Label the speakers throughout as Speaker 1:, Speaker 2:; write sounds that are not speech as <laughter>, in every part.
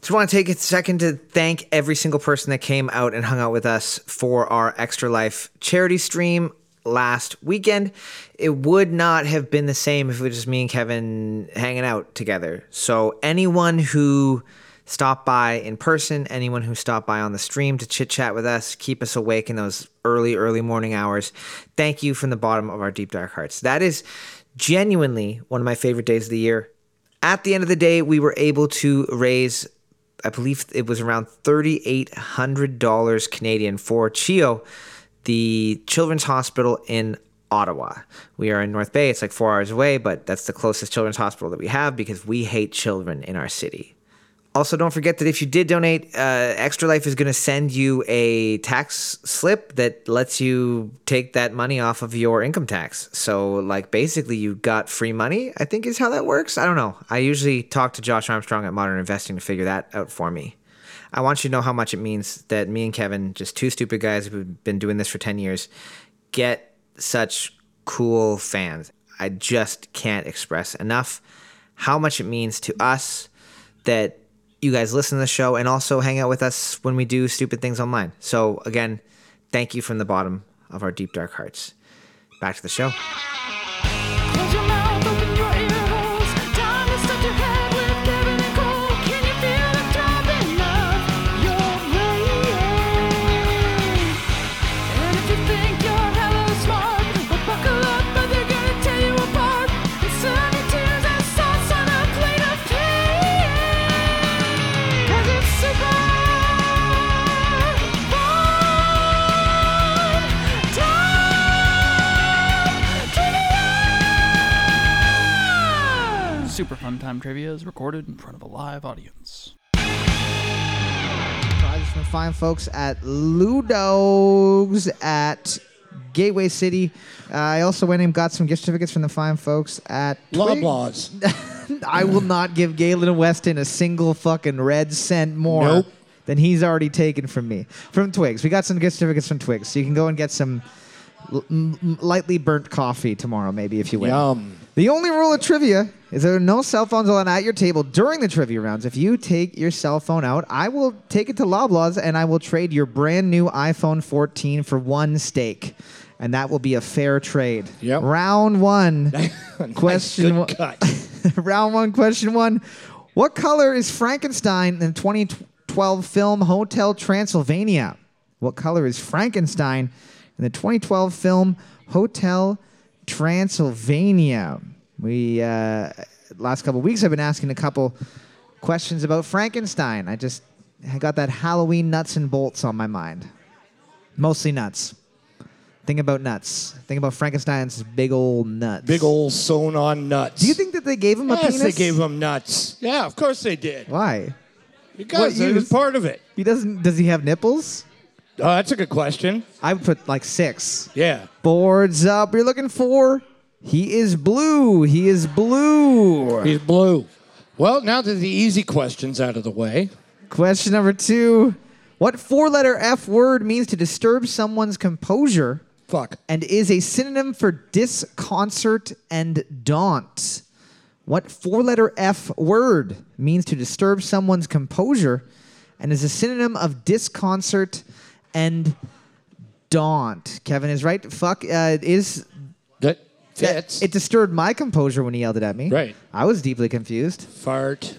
Speaker 1: Just want to take a second to thank every single person that came out and hung out with us for our Extra Life charity stream last weekend. It would not have been the same if it was just me and Kevin hanging out together. So, anyone who stopped by in person, anyone who stopped by on the stream to chit chat with us, keep us awake in those early, early morning hours, thank you from the bottom of our deep, dark hearts. That is genuinely one of my favorite days of the year. At the end of the day, we were able to raise I believe it was around $3,800 Canadian for CHIO, the Children's Hospital in Ottawa. We are in North Bay. It's like four hours away, but that's the closest children's hospital that we have because we hate children in our city. Also, don't forget that if you did donate, uh, Extra Life is going to send you a tax slip that lets you take that money off of your income tax. So, like, basically, you got free money, I think is how that works. I don't know. I usually talk to Josh Armstrong at Modern Investing to figure that out for me. I want you to know how much it means that me and Kevin, just two stupid guys who've been doing this for 10 years, get such cool fans. I just can't express enough how much it means to us that you guys listen to the show and also hang out with us when we do stupid things online. So, again, thank you from the bottom of our deep, dark hearts. Back to the show.
Speaker 2: Close your mouth, open your ear holes. Time to stuff your head with Kevin and Cole. Can you feel them dropping off your brain? And if you think you're hella smart, well, buckle up, or they're gonna tear you apart. And sun your tears as sauce on a plate of cake. 'Cause it's super fun time trivia.
Speaker 3: Super Fun Time Trivia is recorded in front of a live audience.
Speaker 1: Prizes from fine folks at Ludo's at Gateway City. Uh, I also went and got some gift certificates from the fine folks at Twig-
Speaker 4: Loblaws.
Speaker 1: <laughs> I will not give Galen Weston a single fucking red cent more
Speaker 4: Nope.
Speaker 1: than he's already taken from me. From Twigs. We got some gift certificates from Twigs. So you can go and get some l- m- m- lightly burnt coffee tomorrow, maybe, if you win.
Speaker 4: Yum.
Speaker 1: The only rule of trivia is there are no cell phones allowed at your table during the trivia rounds. If you take your cell phone out, I will take it to Loblaws and I will trade your brand new iPhone 14 for one steak. And that will be a fair trade.
Speaker 4: Yep.
Speaker 1: Round one.
Speaker 4: <laughs> Nice,
Speaker 1: question
Speaker 4: good
Speaker 1: one.
Speaker 4: cut.
Speaker 1: <laughs> Round one, question one. What color is Frankenstein in the 2012 film Hotel Transylvania? What color is Frankenstein in the 2012 film Hotel Transylvania? We, uh, last couple weeks, I've been asking a couple questions about Frankenstein. I just I got that Halloween nuts and bolts on my mind. Mostly nuts. Think about nuts. Think about Frankenstein's big old nuts.
Speaker 4: <laughs> Big old sewn on nuts.
Speaker 1: Do you think that they gave him a
Speaker 4: Yes,
Speaker 1: penis?
Speaker 4: they gave him nuts. Yeah, of course they did.
Speaker 1: Why?
Speaker 4: Because
Speaker 1: What
Speaker 4: it was
Speaker 1: use?
Speaker 4: part of it.
Speaker 1: He doesn't. Does he have nipples?
Speaker 4: Oh, that's a good question.
Speaker 1: I would put like six.
Speaker 4: Yeah.
Speaker 1: Boards up. You're looking for. He is blue. He is blue.
Speaker 4: He's blue. Well, now that the easy question's out of the way,
Speaker 1: Question number two. What four-letter F word means to disturb someone's composure
Speaker 4: fuck.
Speaker 1: and is a synonym for disconcert and daunt? What four-letter F word means to disturb someone's composure and is a synonym of disconcert and daunt? Kevin is right. Fuck uh, is
Speaker 4: That
Speaker 1: That-
Speaker 4: fits.
Speaker 1: It disturbed my composure when he yelled it at me.
Speaker 4: Right.
Speaker 1: I was deeply confused.
Speaker 4: Fart.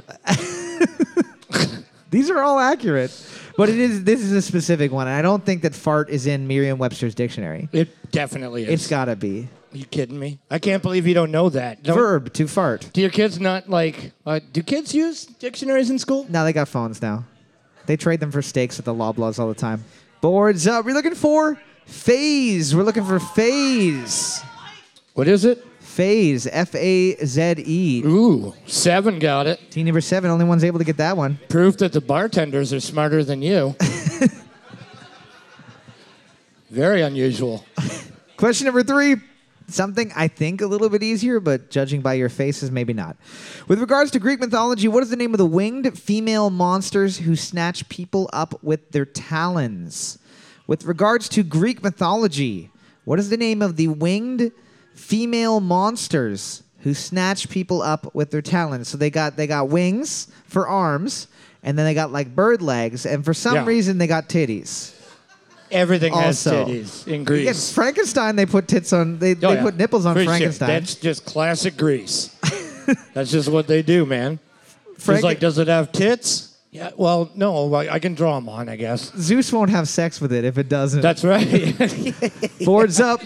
Speaker 1: These are all accurate, but it is this is a specific one. And I don't think that fart is in Merriam-Webster's dictionary.
Speaker 4: It definitely is.
Speaker 1: It's gotta be
Speaker 4: you kidding me? I can't believe you don't know that. Don't-
Speaker 1: verb to fart.
Speaker 4: do your kids not like? Uh, do kids use dictionaries in school?
Speaker 1: Now they got phones now. They trade them for steaks at the Loblaws all the time. Boards up. We're looking for phase. We're looking for phase.
Speaker 4: What is it?
Speaker 1: Phase. F A Z E.
Speaker 4: Ooh, seven got it.
Speaker 1: Team number seven. Only one's able to get that one.
Speaker 4: Proof that the bartenders are smarter than <laughs> you. Very unusual.
Speaker 1: Question number three. Something I think a little bit easier, but judging by your faces, maybe not. With regards to Greek mythology, what is the name of the winged female monsters who snatch people up with their talons? With regards to Greek mythology, what is the name of the winged female monsters who snatch people up with their talons? So they got they got wings for arms and then they got like bird legs, and for some
Speaker 4: Yeah.
Speaker 1: reason they got titties.
Speaker 4: Everything has
Speaker 1: Also,
Speaker 4: titties in
Speaker 1: Yeah,
Speaker 4: Greece.
Speaker 1: Frankenstein, they put tits on. They,
Speaker 4: Oh,
Speaker 1: they
Speaker 4: yeah.
Speaker 1: put nipples on
Speaker 4: Greece, yeah.
Speaker 1: Frankenstein.
Speaker 4: That's just classic <laughs> Greece. That's just what they do, man.
Speaker 1: Franken-
Speaker 4: It's like, does it have tits? Yeah. Well, no. I, I can draw them on, I guess.
Speaker 1: Zeus won't have sex with it if it doesn't.
Speaker 4: That's right. <laughs>
Speaker 1: Boards up.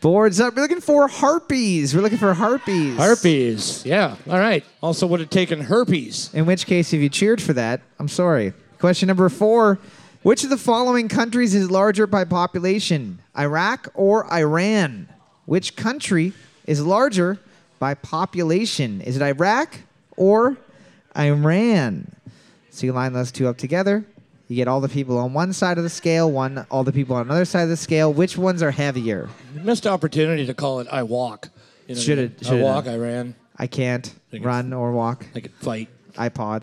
Speaker 1: Boards up. We're looking for harpies. We're looking for harpies.
Speaker 4: herpes. Yeah. All right. Also, would have taken herpes.
Speaker 1: In which case, if you cheered for that, I'm sorry. Question number four Which of the following countries is larger by population, Iraq or Iran? Which country is larger by population? Is it Iraq or Iran? So you line those two up together. You get all the people on one side of the scale, one all the people on another side of the scale. Which ones are heavier?
Speaker 4: Missed opportunity to call it. I walk. You know,
Speaker 1: Shoulda-
Speaker 4: I
Speaker 1: shoulda
Speaker 4: walk.
Speaker 1: done.
Speaker 4: I ran.
Speaker 1: I can't
Speaker 4: think it's-
Speaker 1: run or walk.
Speaker 4: I could fight.
Speaker 1: iPod.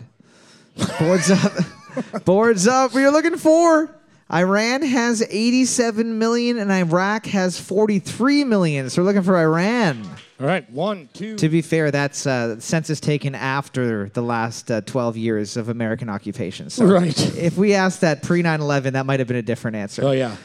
Speaker 1: Boards up. <laughs> Boards up. We are looking for. Iran has 87 million and Iraq has 43 million. So we're looking for Iran.
Speaker 4: All right. One, two.
Speaker 1: To be fair, that's uh, census taken after the last uh, 12 years of American occupation. So
Speaker 4: <laughs> Right.
Speaker 1: if we asked that pre 9 11, that might have been a different answer.
Speaker 4: Oh yeah.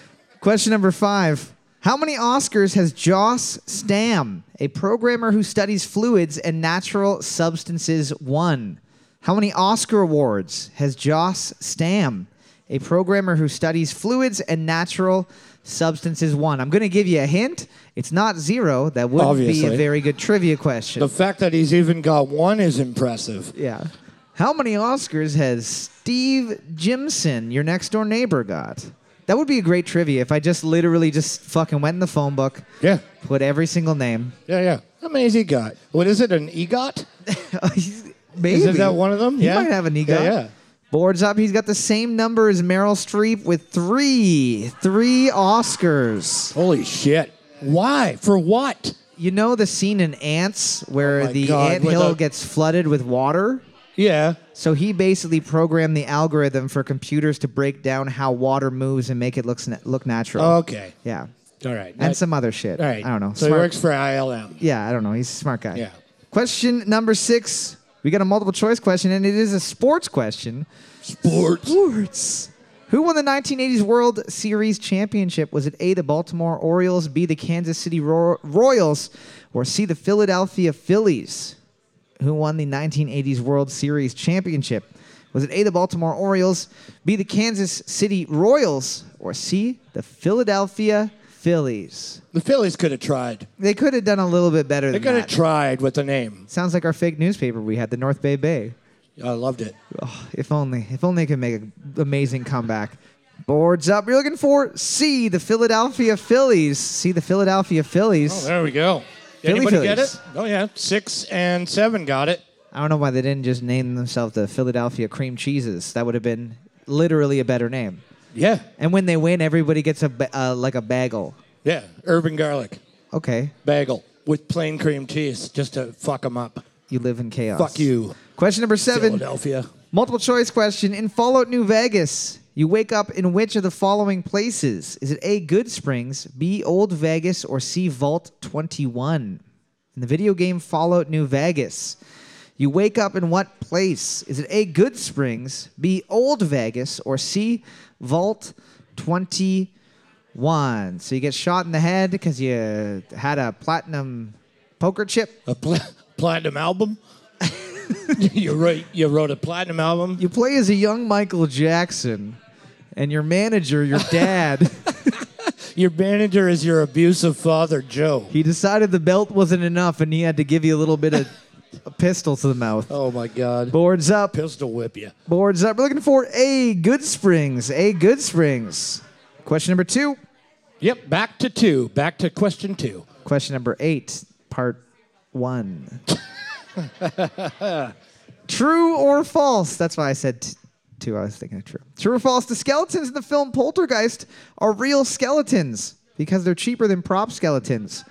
Speaker 1: Question number five. How many Oscars has Joss Stam, a programmer who studies fluids and natural substances, won? How many Oscar awards has Joss Stam, a programmer who studies fluids and natural substances, won? I'm going to give you a hint. It's not zero. That would be a
Speaker 4: Obviously.
Speaker 1: very good trivia question.
Speaker 4: The fact that he's even got one is impressive.
Speaker 1: yeah. How many Oscars has Steve Jimson, your next door neighbor, got? That would be a great trivia if I just literally just fucking went in the phone book.
Speaker 4: Yeah.
Speaker 1: Put every single name. <laughs>
Speaker 4: Yeah. Yeah. How many has he got? What is it? An EGOT?
Speaker 1: Maybe.
Speaker 4: Is it that one of them?
Speaker 1: He
Speaker 4: yeah.
Speaker 1: might have an ego.
Speaker 4: Yeah. yeah.
Speaker 1: Boards up. He's got the same number as Meryl Streep with three, three Oscars.
Speaker 4: Holy shit. Why? For what?
Speaker 1: You know the scene in Ants where
Speaker 4: Oh my
Speaker 1: the
Speaker 4: God,
Speaker 1: ant
Speaker 4: with
Speaker 1: hill
Speaker 4: the-
Speaker 1: gets flooded with water?
Speaker 4: Yeah.
Speaker 1: So he basically programmed the algorithm for computers to break down how water moves and make it looks na- look natural.
Speaker 4: Okay.
Speaker 1: yeah.
Speaker 4: All Oh. right.
Speaker 1: And
Speaker 4: That-
Speaker 1: some other shit.
Speaker 4: All right.
Speaker 1: I don't know.
Speaker 4: So he
Speaker 1: Smart-
Speaker 4: works for ILM.
Speaker 1: Yeah, I don't know. He's a smart guy.
Speaker 4: Yeah.
Speaker 1: Question number six. We got a multiple choice question, and it is a sports question.
Speaker 4: Sports.
Speaker 1: Sports. Who won the 1980s World Series championship? Was it A, the Baltimore Orioles, B, the Kansas City Ro- Royals, or C, the Philadelphia Phillies? Who won the 1980s World Series championship? Was it A, the Baltimore Orioles, B, the Kansas City Royals, or C, the Philadelphia Phillies?
Speaker 4: The Phillies could have tried.
Speaker 1: They could have done a little bit better
Speaker 4: They
Speaker 1: than
Speaker 4: could have
Speaker 1: that.
Speaker 4: tried with the name.
Speaker 1: Sounds like our fake newspaper we had, the North Bay Bay.
Speaker 4: I loved it.
Speaker 1: Oh, if only, if only they could make an amazing comeback. Boards up. You're looking for C, the Philadelphia Phillies. See the Philadelphia Phillies.
Speaker 4: Oh, there we go.
Speaker 1: Philly
Speaker 4: Anybody get
Speaker 1: Phillies.
Speaker 4: it? Oh yeah, six and seven got it.
Speaker 1: I don't know why they didn't just name themselves the Philadelphia Cream Cheeses. That would have been literally a better name.
Speaker 4: Yeah,
Speaker 1: And when they win, everybody gets a ba- uh, like a bagel.
Speaker 4: yeah. Urban garlic
Speaker 1: Okay,
Speaker 4: bagel with plain cream cheese, just to fuck them up.
Speaker 1: you live in chaos.
Speaker 4: Fuck you,
Speaker 1: Question number seven.
Speaker 4: Philadelphia.
Speaker 1: Multiple choice question. In Fallout New Vegas, you wake up in which of the following places? Is it A, Good Springs, B, Old Vegas, or C, Vault 21? In the video game Fallout New Vegas, you wake up in what place? Is it A, Good Springs, B, Old Vegas, or C, Vault 21? So you get shot in the head because you had a platinum poker chip.
Speaker 4: A pl- platinum album. <laughs> you wrote you wrote a platinum album.
Speaker 1: You play as a young Michael Jackson, and your manager, your dad,
Speaker 4: Your manager is your abusive father, Joe.
Speaker 1: he decided the belt wasn't enough, and he had to give you a little bit of a pistol to the mouth.
Speaker 4: Oh my God,
Speaker 1: Boards up,
Speaker 4: pistol whip you.
Speaker 1: boards up. We're looking for a Good Springs, a Good Springs. Question number two.
Speaker 4: Yep, back to two. Back to question two.
Speaker 1: Question number eight, part
Speaker 4: <laughs>
Speaker 1: one. true or false? That's why I said t- two. I was thinking of true. True or false? The skeletons in the film Poltergeist are real skeletons because they're cheaper than prop skeletons.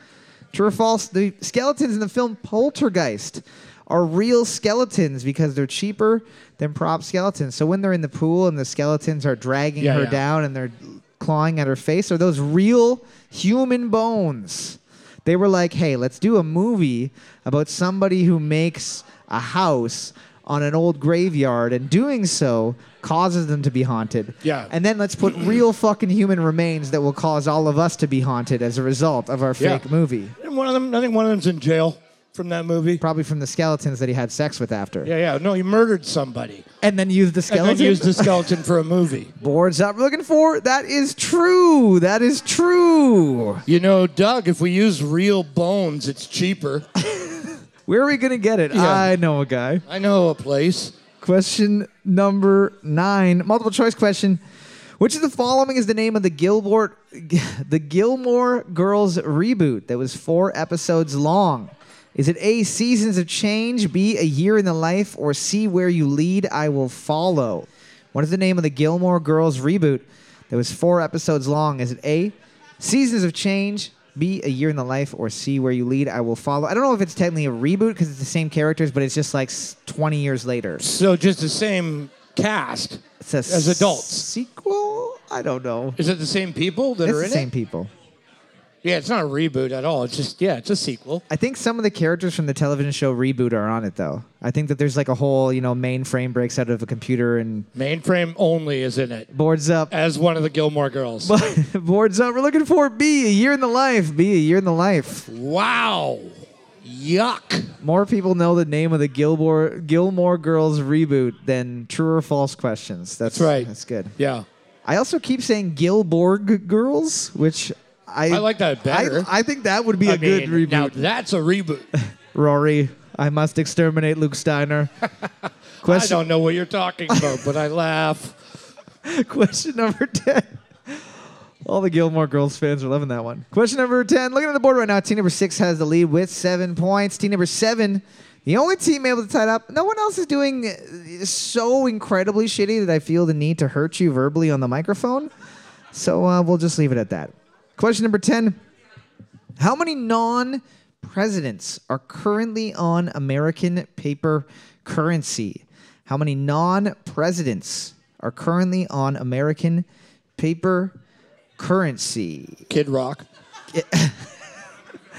Speaker 1: True or false? The skeletons in the film Poltergeist are real skeletons because they're cheaper than prop skeletons. So when they're in the pool and the skeletons are dragging
Speaker 4: Yeah,
Speaker 1: her
Speaker 4: yeah.
Speaker 1: down and they're clawing at her face, are those real human bones? They were like, hey, let's do a movie about somebody who makes a house on an old graveyard, and doing so causes them to be haunted.
Speaker 4: Yeah.
Speaker 1: And then let's
Speaker 4: <clears throat>
Speaker 1: put real fucking human remains that will cause all of us to be haunted as a result of our
Speaker 4: Yeah.
Speaker 1: fake movie.
Speaker 4: And one of them, I think one of them's in jail from that movie.
Speaker 1: Probably from the skeletons that he had sex with after.
Speaker 4: Yeah, yeah. No, he murdered somebody
Speaker 1: And then used the
Speaker 4: and
Speaker 1: skeleton.
Speaker 4: then used the skeleton for a movie.
Speaker 1: boards up looking for. That is true. That is true.
Speaker 4: You know, Doug, if we use real bones, it's cheaper.
Speaker 1: Where are we gonna get it?
Speaker 4: Yeah.
Speaker 1: I know a guy.
Speaker 4: I know a place.
Speaker 1: Question number nine, multiple choice question. Which of the following is the name of the Gilmore, <laughs> the Gilmore Girls reboot that was four episodes long? Is it A, Seasons of Change, B, A Year in the Life, or C, Where You Lead, I Will Follow? What is the name of the Gilmore Girls reboot that was four episodes long? Is it A, Seasons of Change, B, A Year in the Life, or C, Where You Lead, I Will Follow? I don't know if it's technically a reboot because it's the same characters, but it's just like s- 20 years later.
Speaker 4: So just the same cast.
Speaker 1: It's a
Speaker 4: As adults.
Speaker 1: sequel. I don't know.
Speaker 4: Is it the same people that
Speaker 1: It's
Speaker 4: are
Speaker 1: the
Speaker 4: in
Speaker 1: same
Speaker 4: it?
Speaker 1: people.
Speaker 4: Yeah, it's not a reboot at all. It's just yeah, it's a sequel.
Speaker 1: I think some of the characters from the television show reboot are on it though. I think that there's like a whole you know mainframe breaks out of a computer and
Speaker 4: Mainframe only is in it
Speaker 1: boards up.
Speaker 4: as one of the Gilmore Girls.
Speaker 1: <laughs> boards up. We're looking for B. A year in the life. B. A year in the life.
Speaker 4: wow, yuck.
Speaker 1: More people know the name of the Gilmore Gilmore Girls reboot than true or false questions. That's,
Speaker 4: That's right.
Speaker 1: That's good.
Speaker 4: Yeah,
Speaker 1: I also keep saying Gilborg Girls, which I
Speaker 4: I like that better.
Speaker 1: I, I think that would be a
Speaker 4: I
Speaker 1: good
Speaker 4: mean,
Speaker 1: reboot.
Speaker 4: Now that's a
Speaker 1: <laughs>
Speaker 4: reboot.
Speaker 1: Rory, I must exterminate Luke Steiner.
Speaker 4: I
Speaker 1: question,
Speaker 4: don't know what you're talking about, but I laugh.
Speaker 1: question number 10. All the Gilmore Girls fans are loving that one. Question number 10. Looking at the board right now, team number six has the lead with seven points. Team number seven, the only team able to tie it up. No one else is doing uh, so incredibly shitty that I feel the need to hurt you verbally on the microphone. So uh, we'll just leave it at that. Question number 10. How many non presidents are currently on American paper currency? How many non presidents are currently on American paper currency? <laughs>
Speaker 4: Kid Rock.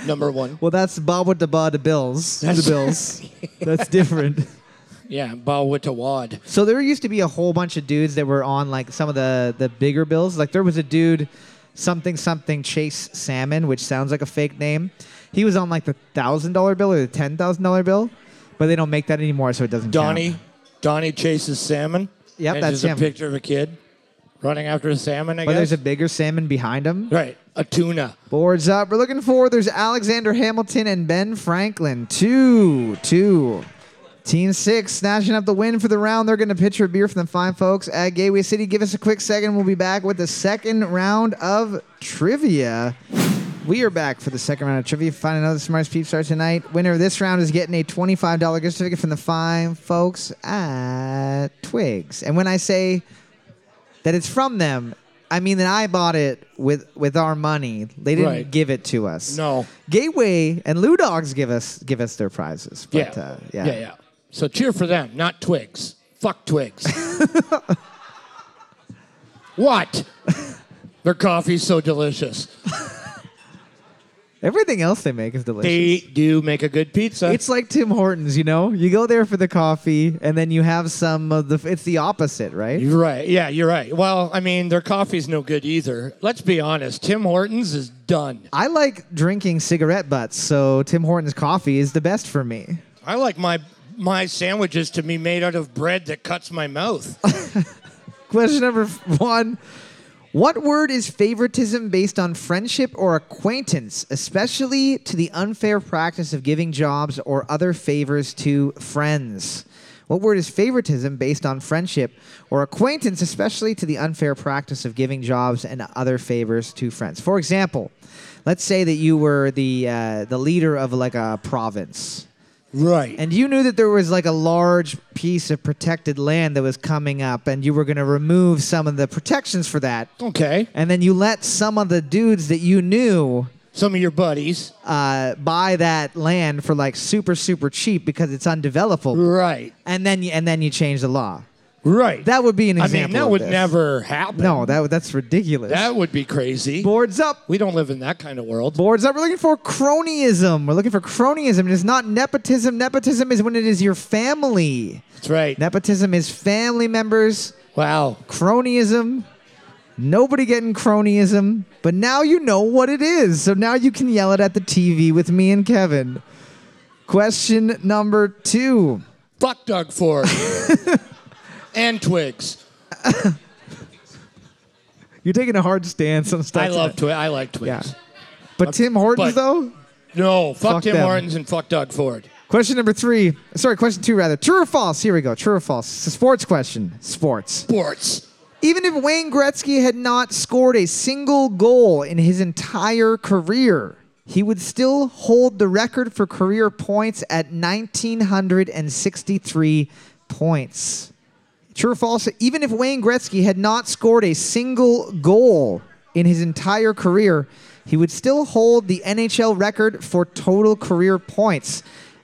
Speaker 4: Number one.
Speaker 1: Well, that's Bob with the Ba the Bills.
Speaker 4: That's-
Speaker 1: the Bills. that's different.
Speaker 4: Yeah, Bawitawad.
Speaker 1: So there used to be a whole bunch of dudes that were on like some of the the bigger bills. Like there was a dude, something something Chase Salmon, which sounds like a fake name. He was on like the thousand dollar bill or the ten thousand dollar bill, but they don't make that anymore, so it doesn't. count.
Speaker 4: Donnie. Donnie chases salmon.
Speaker 1: Yep,
Speaker 4: and
Speaker 1: that's
Speaker 4: just
Speaker 1: him.
Speaker 4: a picture of a kid running after a salmon. I
Speaker 1: But
Speaker 4: guess.
Speaker 1: there's a bigger salmon behind him.
Speaker 4: right, a tuna.
Speaker 1: Boards up. We're looking for. There's Alexander Hamilton and Ben Franklin. Two, two. Team six snatching up the win for the round. They're going to pitch a beer from the fine folks at Gateway City. Give us a quick second. We'll be back with the second round of trivia. We are back for the second round of trivia. Find another smartest peep star tonight. Winner of this round is getting a $25 gift certificate from the fine folks at Twigs. And when I say that it's from them. I mean that I bought it with with our money. They didn't
Speaker 4: Right.
Speaker 1: give it to us.
Speaker 4: No.
Speaker 1: Gateway and Lou Dogs give us give us their prizes. But,
Speaker 4: yeah.
Speaker 1: Uh, yeah.
Speaker 4: yeah, yeah. So cheer for them, not twigs.
Speaker 1: <laughs>
Speaker 4: Fuck twigs. what? Their coffee's so delicious.
Speaker 1: Everything else they make is delicious.
Speaker 4: They uh, do make a good pizza.
Speaker 1: it's like Tim Hortons, you know. You go there for the coffee, and then you have some of the. It's the opposite, right?
Speaker 4: you're right. Yeah, you're right. Well, I mean, their coffee's no good either. Let's be honest. Tim Hortons is done.
Speaker 1: I like drinking cigarette butts, so Tim Hortons coffee is the best for me.
Speaker 4: I like my my sandwiches to be made out of bread that cuts
Speaker 1: <laughs>
Speaker 4: my mouth.
Speaker 1: Question number f- one. What word is favoritism based on friendship or acquaintance, especially to the unfair practice of giving jobs or other favors to friends? What word is favoritism based on friendship or acquaintance, especially to the unfair practice of giving jobs and other favors to friends? For example, let's say that you were the uh, the leader of like a province,
Speaker 4: right.
Speaker 1: and you knew that there was like a large piece of protected land that was coming up, and you were going to remove some of the protections for that
Speaker 4: okay.
Speaker 1: and then you let some of the dudes that you knew
Speaker 4: Some of your buddies.
Speaker 1: uh, buy that land for like super super cheap because it's undevelopable,
Speaker 4: Right.
Speaker 1: and then you, and then you change the law.
Speaker 4: Right.
Speaker 1: That would be an
Speaker 4: I
Speaker 1: example.
Speaker 4: mean, that
Speaker 1: of
Speaker 4: would
Speaker 1: this.
Speaker 4: never happen.
Speaker 1: No, that that's ridiculous.
Speaker 4: That would be crazy.
Speaker 1: boards up.
Speaker 4: we don't live in that kind of world.
Speaker 1: Boards up. We're looking for cronyism. We're looking for cronyism. It is not nepotism. Nepotism is when it is your family.
Speaker 4: That's right.
Speaker 1: Nepotism is family members.
Speaker 4: Wow.
Speaker 1: cronyism. Nobody getting cronyism, but now you know what it is. So now you can yell it at the TV with me and Kevin. Question number two.
Speaker 4: Fuck Doug
Speaker 1: <laughs>
Speaker 4: Ford. and Twigs.
Speaker 1: You're taking a hard stance on stuff.
Speaker 4: I love
Speaker 1: tonight.
Speaker 4: Twigs. I like Twigs.
Speaker 1: But Tim Hortons,
Speaker 4: but-
Speaker 1: though?
Speaker 4: No, fuck,
Speaker 1: Fuck
Speaker 4: Tim
Speaker 1: them.
Speaker 4: Hortons and fuck Doug Ford.
Speaker 1: Question number three. Sorry, question two, rather. True or false? Here we go. True or false? It's a sports question. Sports.
Speaker 4: Sports.
Speaker 1: Even if Wayne Gretzky had not scored a single goal in his entire career, he would still hold the record for career points at 1,963 points. True or false? Even if Wayne Gretzky had not scored a single goal in his entire career, he would still hold the NHL record for total career points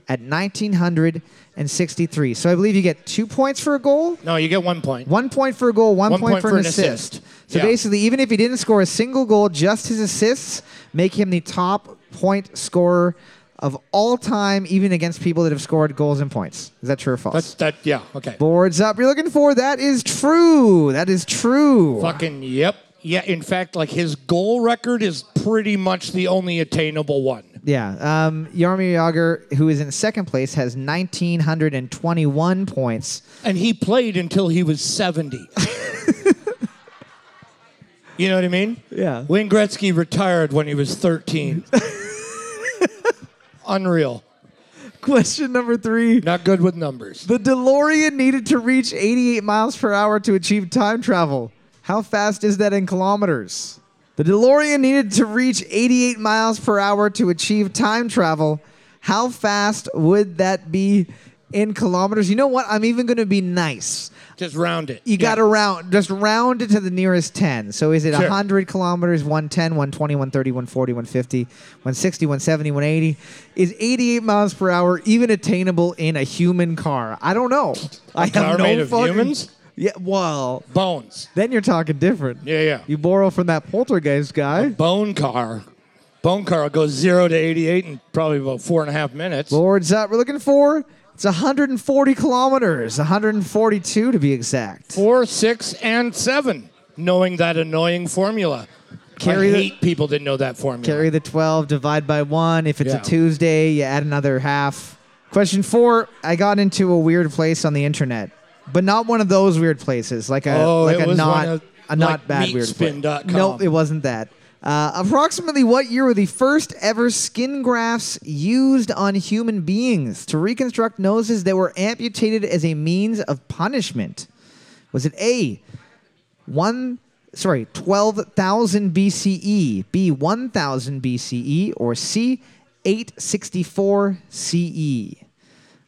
Speaker 1: at 1,963. So I believe you get two points for a goal.
Speaker 4: No, you get one point.
Speaker 1: One point for a goal, one
Speaker 4: One
Speaker 1: point for an assist. So
Speaker 4: Yeah.
Speaker 1: basically, even if he didn't score a single goal, just his assists make him the top point scorer of all time, even against people that have scored goals and points. Is that true or false?
Speaker 4: That's that. Yeah. Okay.
Speaker 1: Boards up. You're looking for that is true. That is true.
Speaker 4: Fucking yep. Yeah. In fact, like his goal record is pretty much the only attainable one.
Speaker 1: Yeah. Um, Yarmir Yager, who is in second place, has 1,921 points. <laughs>
Speaker 4: And he played until he was 70. you know what I mean?
Speaker 1: Yeah.
Speaker 4: Wayne Gretzky retired when he
Speaker 1: <laughs>
Speaker 4: was 13. Unreal.
Speaker 1: Question number three.
Speaker 4: Not good with numbers.
Speaker 1: The DeLorean needed to reach 88 miles per hour to achieve time travel. How fast is that in kilometers? The DeLorean needed to reach 88 miles per hour to achieve time travel. How fast would that be in kilometers? You know what? I'm even going to be nice.
Speaker 4: Just round it.
Speaker 1: You got to round, just round it to the nearest 10. So is it
Speaker 4: Sure.
Speaker 1: 100 kilometers, 110, 120, 130, 140, 150, 160, 170, 180? Is 88 miles per hour even attainable in a human car? I don't know. I have
Speaker 4: car
Speaker 1: no
Speaker 4: made of
Speaker 1: fucking-
Speaker 4: humans?
Speaker 1: Yeah, well,
Speaker 4: Bones.
Speaker 1: then you're talking different.
Speaker 4: Yeah, yeah.
Speaker 1: You borrow from that poltergeist guy.
Speaker 4: Bone car. Bone car goes zero to 88 in probably about four and a half minutes.
Speaker 1: Lords up. We're looking for it's 140 kilometers, 142 to be exact.
Speaker 4: Four, six, and seven. Knowing that annoying formula.
Speaker 1: Carry
Speaker 4: I
Speaker 1: the-
Speaker 4: hate people that know that formula.
Speaker 1: Carry the 12, divide by one. If it's
Speaker 4: Yeah.
Speaker 1: a Tuesday, you add another half. Question four I got into a weird place on the internet, but not one of those weird places, like a,
Speaker 4: Oh,
Speaker 1: like
Speaker 4: it
Speaker 1: a
Speaker 4: was
Speaker 1: not,
Speaker 4: one of-
Speaker 1: a not
Speaker 4: like
Speaker 1: bad weird place.
Speaker 4: meatspin.com.
Speaker 1: Nope, it wasn't that. Uh, approximately what year were the first ever skin grafts used on human beings to reconstruct noses that were amputated as a means of punishment? Was it A, one sorry 12000 bce E, b 1000 bce E, or c 864 ce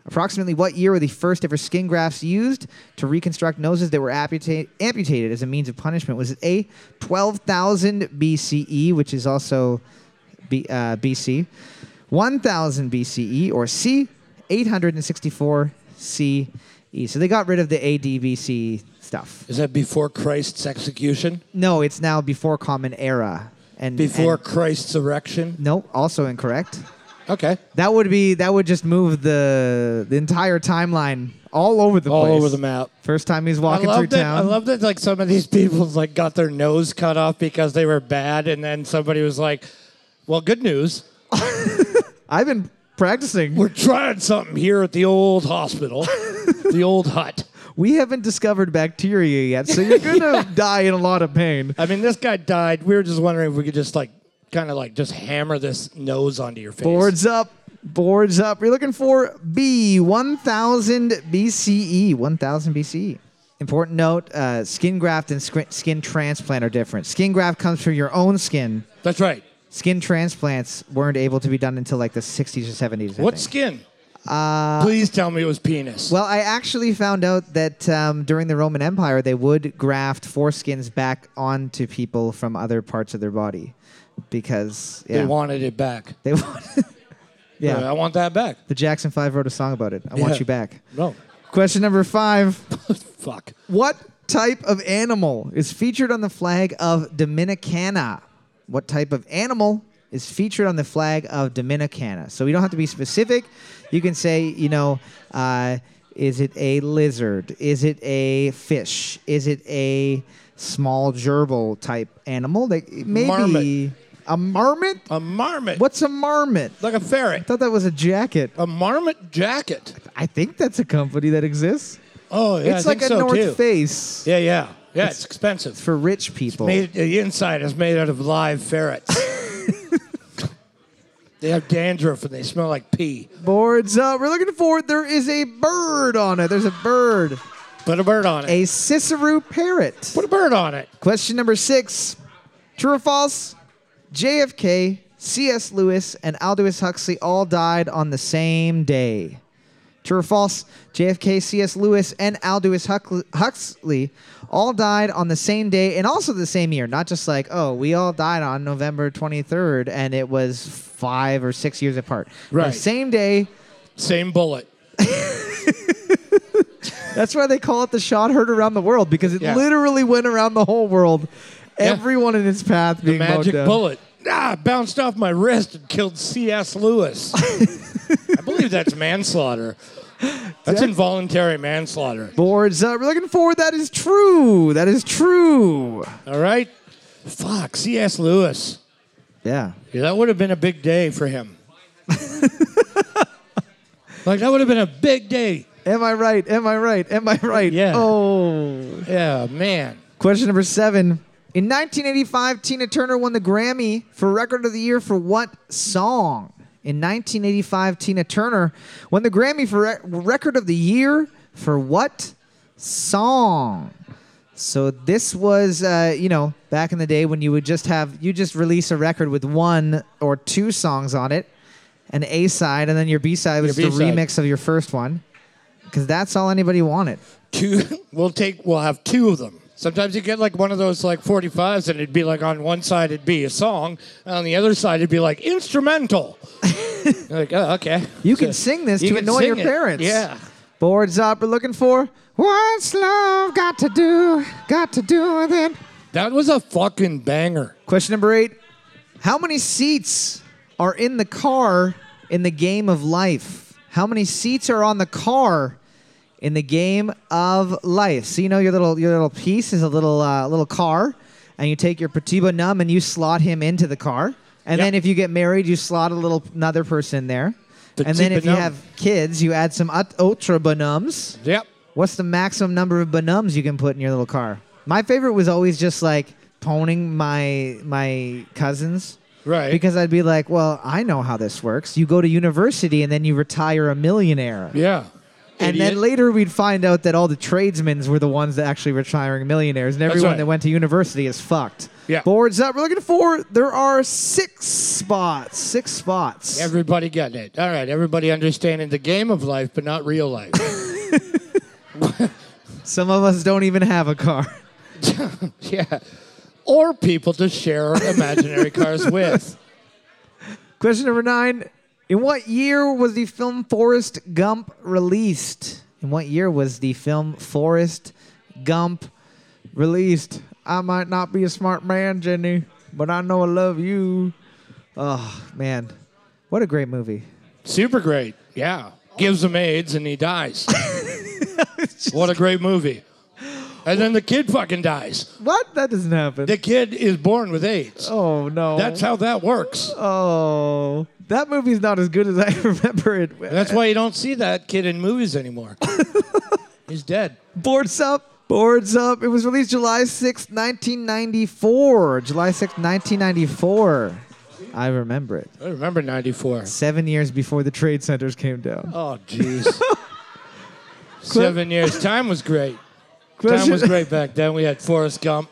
Speaker 1: approximately what year were the first ever skin grafts used to reconstruct noses that were amputa- amputated as a means of punishment was it a 12000 bce E, which is also B, uh, bc 1000 bce or c 864 ce E? so they got rid of the adbc stuff
Speaker 4: Is that before Christ's execution?
Speaker 1: no, it's now before Common Era. And
Speaker 4: Before
Speaker 1: and-
Speaker 4: Christ's erection?
Speaker 1: no, also incorrect.
Speaker 4: Okay.
Speaker 1: That would be that would just move the the entire timeline all over the
Speaker 4: All
Speaker 1: place.
Speaker 4: over the map.
Speaker 1: First time he's walking
Speaker 4: I
Speaker 1: through
Speaker 4: love that.
Speaker 1: town.
Speaker 4: I love that. Like some of these <laughs> people like got their nose cut off because they were bad, and then somebody was like, "Well, good news.
Speaker 1: I've been practicing.
Speaker 4: We're trying something here at the old
Speaker 1: <laughs>
Speaker 4: hospital, the old hut."
Speaker 1: We haven't discovered bacteria yet, so you're gonna
Speaker 4: <laughs>
Speaker 1: die in a lot of pain.
Speaker 4: I mean, this guy died. We were just wondering if we could just like, kind of like, just hammer this nose onto your face.
Speaker 1: Boards up. Boards up. You're looking for B, 1000 BCE. 1000 BCE. E. Important note uh, skin graft and scr- skin transplant are different. Skin graft comes from your own skin.
Speaker 4: That's right.
Speaker 1: Skin transplants weren't able to be done until like the 60s or 70s. I
Speaker 4: What
Speaker 1: think.
Speaker 4: skin? Uh, Please tell me it was penis.
Speaker 1: Well, I actually found out that um, during the Roman Empire, they would graft foreskins back onto people from other parts of their body because, yeah.
Speaker 4: They wanted it back.
Speaker 1: They want- <laughs> yeah.
Speaker 4: I want that back.
Speaker 1: The Jackson Five wrote a song about it. I
Speaker 4: Yeah.
Speaker 1: want you back.
Speaker 4: No.
Speaker 1: Question number five
Speaker 4: Fuck.
Speaker 1: What type of animal is featured on the flag of Dominicana? What type of animal is featured on the flag of Dominicana? So you don't have to be specific. You can say, you know, uh, is it a lizard? Is it a fish? Is it a small gerbil type animal? Like maybe
Speaker 4: Marmot.
Speaker 1: a marmot.
Speaker 4: A marmot.
Speaker 1: What's a marmot? I
Speaker 4: Like a ferret.
Speaker 1: thought that was a jacket.
Speaker 4: A marmot jacket.
Speaker 1: I think that's a company that exists.
Speaker 4: Oh, yeah.
Speaker 1: it's
Speaker 4: I
Speaker 1: like
Speaker 4: think
Speaker 1: a
Speaker 4: so
Speaker 1: North
Speaker 4: too.
Speaker 1: Face
Speaker 4: Yeah, yeah. Yeah, it's, expensive.
Speaker 1: for rich people.
Speaker 4: Made, uh, the inside is made out of live ferrets. they have dandruff and they smell like pee.
Speaker 1: Boards up. We're looking forward. There is a bird on it. There's a bird.
Speaker 4: Put a bird on it.
Speaker 1: A Cicero parrot.
Speaker 4: Put a bird on it.
Speaker 1: Question number six. True or false? JFK, C.S. Lewis, and Aldous Huxley all died on the same day. True or false? JFK, C.S. Lewis, and Aldous Huxley- Huxley all died on the same day and also the same year. Not just like, oh, we all died on November 23rd and it was five or six years apart. The
Speaker 4: Right.
Speaker 1: same day.
Speaker 4: Same bullet.
Speaker 1: That's why they call it the shot heard around the world because it
Speaker 4: Yeah.
Speaker 1: literally went around the whole world.
Speaker 4: Yeah.
Speaker 1: Everyone in its path being mowed
Speaker 4: Magic
Speaker 1: down.
Speaker 4: bullet. Ah, bounced off my wrist and killed C.S. Lewis. I believe that's manslaughter. That's involuntary manslaughter.
Speaker 1: Boards up. We're looking forward. That is true. That is true.
Speaker 4: All right? Fuck, C.S. Lewis.
Speaker 1: Yeah.
Speaker 4: Yeah, that would have been a big day for him. like, that would have been a big day.
Speaker 1: Am I right? Am I right? Am I right?
Speaker 4: Yeah.
Speaker 1: Oh.
Speaker 4: Yeah, man.
Speaker 1: Question number seven. In 1985, Tina Turner won the Grammy for Record of the Year for what song? In 1985, Tina Turner won the Grammy for Re- Record of the Year for what song? So this was, uh, you know, back in the day when you would just have you just release a record with one or two songs on it, an A side, and then your B side was
Speaker 4: Your
Speaker 1: the
Speaker 4: B-side.
Speaker 1: remix of your first one, because that's all anybody wanted.
Speaker 4: Two, <laughs> we'll take, we'll have two of them. Sometimes you get like one of those like 45s and it'd be like on one side it'd be a song, and on the other side it'd be
Speaker 1: <laughs>
Speaker 4: like instrumental. You're like, oh, okay.
Speaker 1: You
Speaker 4: So
Speaker 1: can sing this
Speaker 4: you
Speaker 1: to
Speaker 4: can
Speaker 1: annoy
Speaker 4: sing
Speaker 1: your
Speaker 4: it.
Speaker 1: parents.
Speaker 4: Yeah.
Speaker 1: Boards up. We're looking for what's love got to do? Got to do with it.
Speaker 4: That was a fucking banger.
Speaker 1: Question number eight: How many seats are in the car in the game of life? How many seats are on the car in the game of life? So you know your little your little piece is a little uh, little car, and you take your Petiba num and you slot him into the car. And
Speaker 4: Yep.
Speaker 1: then if you get married, you slot a little another person in there. and then
Speaker 4: Petit
Speaker 1: if you
Speaker 4: bonhomme.
Speaker 1: have kids, you add some ut- ultra bonums.
Speaker 4: Yep.
Speaker 1: What's the maximum number of bonums you can put in your little car? My favorite was always just like poning my my cousins
Speaker 4: Right.
Speaker 1: because I'd be like, "Well, I know how this works. You go to university and then you retire a millionaire."
Speaker 4: yeah.
Speaker 1: And then
Speaker 4: Idiot.
Speaker 1: later we'd find out that all the tradesmen were the ones that actually retiring millionaires, and everyone
Speaker 4: right.
Speaker 1: that went to university is fucked.
Speaker 4: Yeah.
Speaker 1: Boards up. We're looking for. There are six spots. Six spots.
Speaker 4: Everybody getting it. All right, everybody understanding the game of life, but not real life. <laughs>
Speaker 1: Some of us don't even have a car. <laughs>
Speaker 4: yeah. Or people to share
Speaker 1: <laughs>
Speaker 4: imaginary cars with.
Speaker 1: Question number nine. In what year was the film Forrest Gump released? In what year was the film Forrest Gump released? I might not be a smart man, Jenny, but I know I love you. Oh, man. What a great movie.
Speaker 4: Super great. Yeah. Gives him AIDS and he dies. what a great movie. And then the kid fucking dies.
Speaker 1: What? That doesn't happen.
Speaker 4: The kid is born with AIDS.
Speaker 1: oh, no.
Speaker 4: That's how that works.
Speaker 1: Oh. That movie's not as good as I <laughs> remember it.
Speaker 4: That's why you don't see that kid in movies anymore. He's dead.
Speaker 1: Boards up. Boards up. It was released July sixth, 1994. July sixth, 1994. I remember it.
Speaker 4: I remember 94.
Speaker 1: Seven years before the trade centers came down.
Speaker 4: Oh, jeez. Seven years. Time was great.
Speaker 1: <laughs>
Speaker 4: Time was great back then. We had Forrest Gump.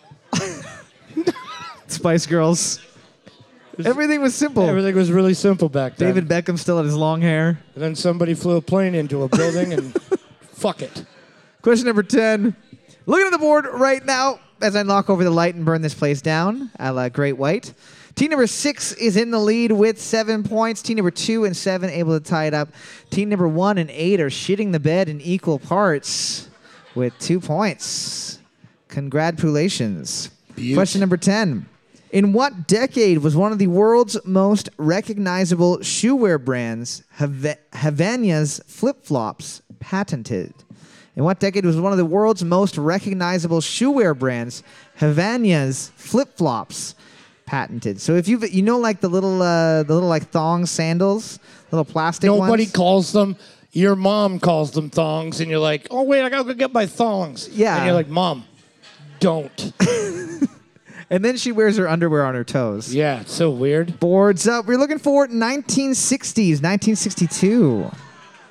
Speaker 1: Spice Girls. Everything was simple.
Speaker 4: Everything was really simple back then.
Speaker 1: Oh. David Beckham still had his long hair.
Speaker 4: And then somebody flew a plane into a building and fuck it.
Speaker 1: Question number 10. Looking at the board right now as I knock over the light and burn this place down a la Great White. Team number six is in the lead with seven points. Team number two and seven able to tie it up. Team number one and eight are shitting the bed in equal parts with two points. Congratulations.
Speaker 4: Beaut.
Speaker 1: Question number 10. In what decade was one of the world's most recognizable shoewear brands, Hava- Havana's Flip Flops, patented? In what decade was one of the world's most recognizable shoewear brands, Havana's Flip Flops, patented? So if you you know like the little uh, the little like thong sandals, little plastic
Speaker 4: Nobody
Speaker 1: ones?
Speaker 4: calls them. Your mom calls them thongs, and you're like, oh wait, I gotta go get my thongs.
Speaker 1: Yeah.
Speaker 4: And you're like, mom,
Speaker 1: <laughs>
Speaker 4: don't.
Speaker 1: and then she wears her underwear on her toes.
Speaker 4: yeah, it's so weird.
Speaker 1: Boards up. We're looking for 1960s, 1962.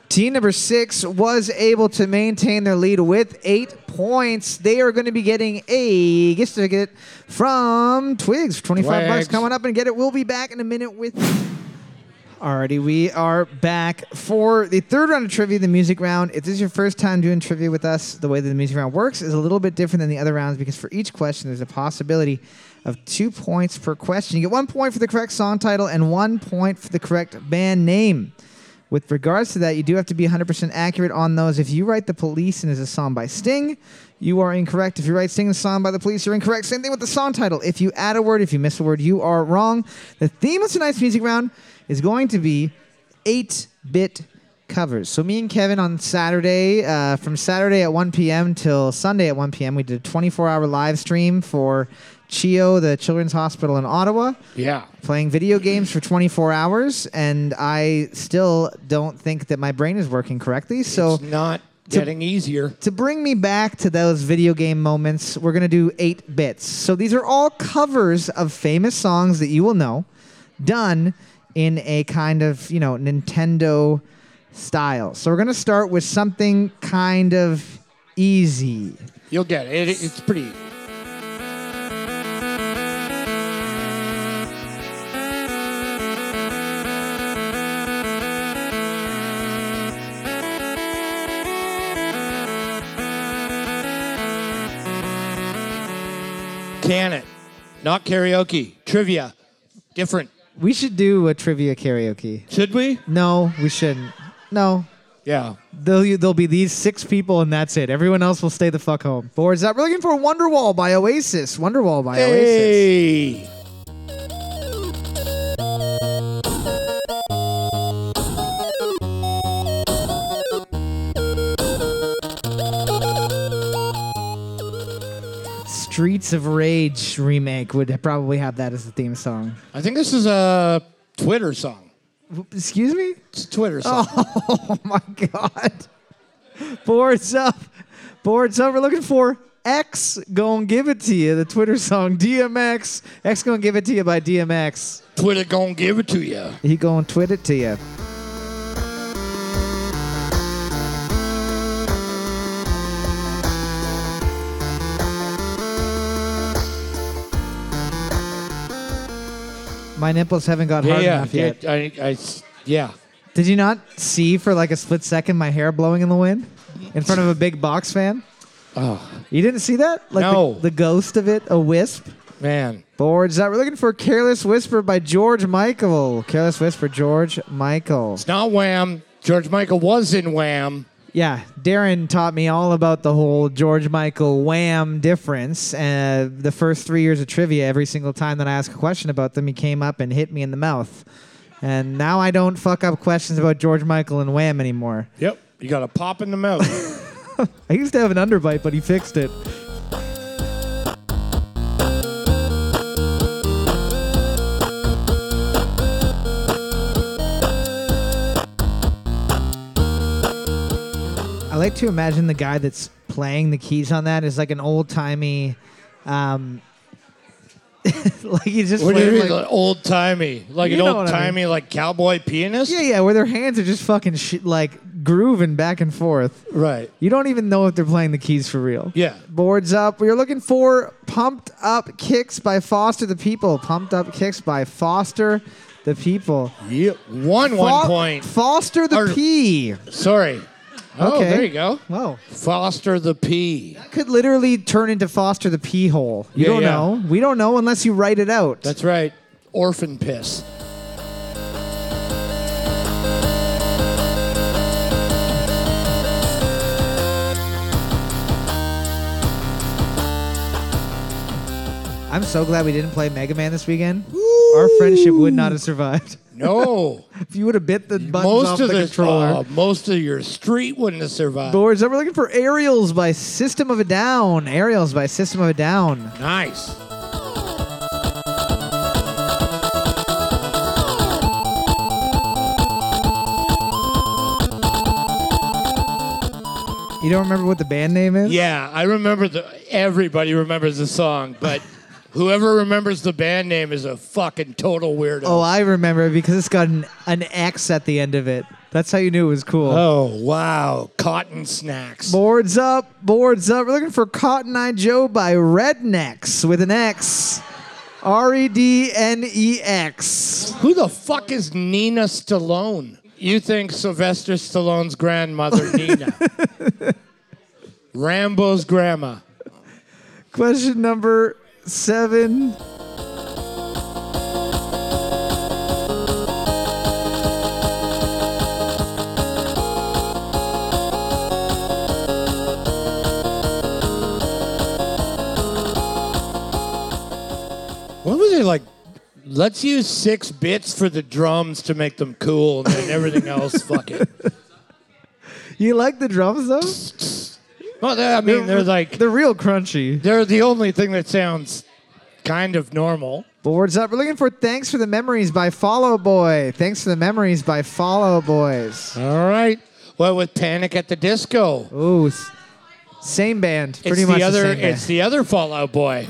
Speaker 1: Team number six was able to maintain their lead with eight points. They are going to be getting a gift certificate from Twigs for 25 bucks.
Speaker 4: Twigs.
Speaker 1: Coming up and get it. We'll be back in a minute with. Alrighty, we are back for the third round of trivia, the music round. If this is your first time doing trivia with us, the way that the music round works is a little bit different than the other rounds because for each question, there's a possibility of two points per question. You get one point for the correct song title and one point for the correct band name. With regards to that, you do have to be 100% accurate on those. If you write The Police and is a song by Sting, you are incorrect. If you write Sting and song by The Police, you're incorrect. Same thing with the song title. If you add a word, if you miss a word, you are wrong. The theme of tonight's music round is going to be 8 bit covers. So me and Kevin on Saturday, uh, from Saturday at 1 p.m. till Sunday at 1 p.m., we did a 24-hour live stream for CHIO, the Children's Hospital in Ottawa
Speaker 4: Yeah.
Speaker 1: playing video games for 24 hours and i still don't think that my brain is working correctly so
Speaker 4: it's not getting easier.
Speaker 1: to bring me back to those video game moments we're going to do eight bits so these are all covers of famous songs that you will know done in a kind of you know nintendo style so we're going to start with something kind of easy
Speaker 4: You'll get it. It- It's pretty. Can it? Not karaoke. Trivia. Different.
Speaker 1: we should do a trivia karaoke
Speaker 4: Should we?
Speaker 1: no we shouldn't no
Speaker 4: Yeah.
Speaker 1: There'll, there'll be these six people, and that's it. Everyone else will stay the fuck home. Boards up. We're looking for Wonderwall by Oasis. Wonderwall by Oasis.
Speaker 4: Hey.
Speaker 1: Streets of Rage remake would probably have that as the theme song.
Speaker 4: I think this is a Twitter song.
Speaker 1: Excuse me? <laughs>
Speaker 4: It's a Twitter song.
Speaker 1: Oh my god. Boards up. Boards up. We're looking for X Gonna Give It To You, the Twitter song DMX. X Gonna Give It To You by DMX.
Speaker 4: Twitter gonna give it to you.
Speaker 1: He gonna twit it to you. My nipples haven't got hard enough yet.
Speaker 4: yeah, I, I s- yeah.
Speaker 1: Did you not see for like a split second my hair blowing in the wind in front of a big box fan? Oh. You didn't see that? Like
Speaker 4: No.
Speaker 1: the, the ghost of it, a wisp?
Speaker 4: man.
Speaker 1: Boards up. We're looking for Careless Whisper by George Michael. Careless Whisper, George Michael.
Speaker 4: It's not Wham. George Michael was in Wham.
Speaker 1: Yeah, Darren taught me all about the whole George Michael wham difference. Uh, the first three years of trivia, every single time that I asked a question about them, he came up and hit me in the mouth. And now I don't fuck up questions about George Michael and wham anymore.
Speaker 4: Yep. You got a pop in
Speaker 1: <laughs>
Speaker 4: the mouth.
Speaker 1: I used to have an underbite, but he fixed it. I like to imagine the guy that's playing the keys on that is like an old timey, um, <laughs> like he's just
Speaker 4: what do you
Speaker 1: playing, like-
Speaker 4: mean, like, old timey? Like
Speaker 1: You
Speaker 4: an
Speaker 1: know
Speaker 4: old
Speaker 1: what I mean.
Speaker 4: timey, like cowboy pianist?
Speaker 1: yeah, yeah, where their hands are just fucking sh- like grooving back and forth.
Speaker 4: Right.
Speaker 1: You don't even know if they're playing the keys for real.
Speaker 4: Yeah.
Speaker 1: Boards up. We are looking for Pumped Up Kicks by Foster the People. Pumped Up Kicks by Foster the People.
Speaker 4: Yep. One
Speaker 1: Fo-
Speaker 4: one point.
Speaker 1: Foster the
Speaker 4: Or-
Speaker 1: P.
Speaker 4: Sorry. Oh,
Speaker 1: Okay.
Speaker 4: there you go.
Speaker 1: Whoa.
Speaker 4: Foster the P.
Speaker 1: Could literally turn into Foster the Pee hole. You
Speaker 4: Yeah,
Speaker 1: don't
Speaker 4: yeah.
Speaker 1: know. We don't know unless you write it out.
Speaker 4: That's right. orphan piss.
Speaker 1: I'm so glad we didn't play Mega Man this weekend. Our friendship would not have survived. <laughs>
Speaker 4: No,
Speaker 1: If you would have bit the buttons
Speaker 4: most
Speaker 1: off
Speaker 4: of
Speaker 1: the
Speaker 4: the
Speaker 1: controller.
Speaker 4: uh, most of your street wouldn't have survived.
Speaker 1: Boards up. We're looking for Aerials by System of a Down. Aerials by System of a Down.
Speaker 4: Nice.
Speaker 1: You don't remember what the band name is?
Speaker 4: Yeah, I remember the. Everybody remembers the song, but whoever remembers the band name is a fucking total weirdo.
Speaker 1: Oh, I remember it because it's got an, an X at the end of it. That's how you knew it was cool.
Speaker 4: Oh, wow, cotton snacks.
Speaker 1: Boards up, boards up. We're looking for Cotton Eye Joe by Rednecks with an X. R E D N E X.
Speaker 4: Who the fuck is Nina Stallone? You think Sylvester
Speaker 1: <laughs>
Speaker 4: Stallone's grandmother, Nina? Rambo's grandma.
Speaker 1: Question number seven.
Speaker 4: What was it like? Let's use six bits for the drums to make them cool, and then everything else, fuck it.
Speaker 1: You like the drums though?
Speaker 4: Well, they- I mean, they're like
Speaker 1: They're real crunchy.
Speaker 4: they're the only thing that sounds kind of normal.
Speaker 1: Boards up. We're looking for Thanks for the Memories by Follow Boy. Thanks for the Memories by Follow Boys.
Speaker 4: All right. Well, with Panic at the Disco,
Speaker 1: Ooh. s- Same band. Pretty
Speaker 4: it's
Speaker 1: much
Speaker 4: the other.
Speaker 1: same band.
Speaker 4: it's the other Fallout Boy.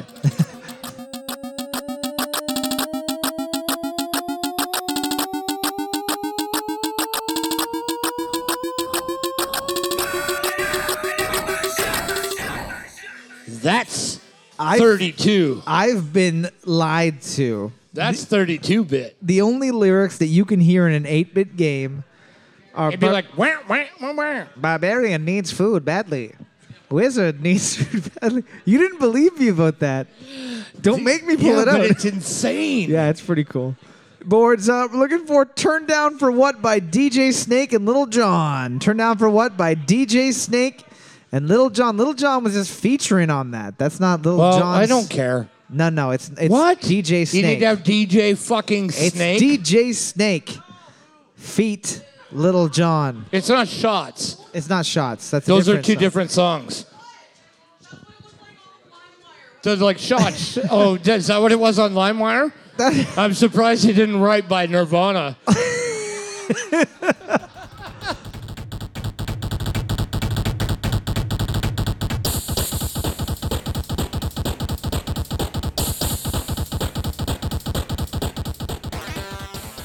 Speaker 4: That's
Speaker 1: I've,
Speaker 4: 32.
Speaker 1: I've been lied to.
Speaker 4: That's 32 bit.
Speaker 1: The only lyrics that you can hear in an 8 bit game are
Speaker 4: It'd be
Speaker 1: bar-
Speaker 4: like, wah, wah, wah, wah.
Speaker 1: Barbarian needs food badly. Wizard needs <laughs> food badly. You didn't believe me about that. Don't make me pull
Speaker 4: yeah,
Speaker 1: it
Speaker 4: but
Speaker 1: out.
Speaker 4: it's
Speaker 1: <laughs>
Speaker 4: insane.
Speaker 1: Yeah, it's pretty cool. Boards up. Looking for Turn Down for What by DJ Snake and Little John. Turn Down for What by DJ Snake and Little John. Little John was just featuring on that. That's not Little
Speaker 4: Well,
Speaker 1: John.
Speaker 4: I don't care.
Speaker 1: No, no, it's, it's
Speaker 4: What?
Speaker 1: DJ Snake.
Speaker 4: You need to have DJ fucking
Speaker 1: it's
Speaker 4: Snake.
Speaker 1: DJ Snake. Feet, Little John.
Speaker 4: it's not shots.
Speaker 1: It's not shots. That's a
Speaker 4: Those are
Speaker 1: different
Speaker 4: two
Speaker 1: song.
Speaker 4: different songs. They're
Speaker 1: <laughs>
Speaker 4: like shots. oh, is that what it was on LimeWire? I'm surprised he didn't write by Nirvana.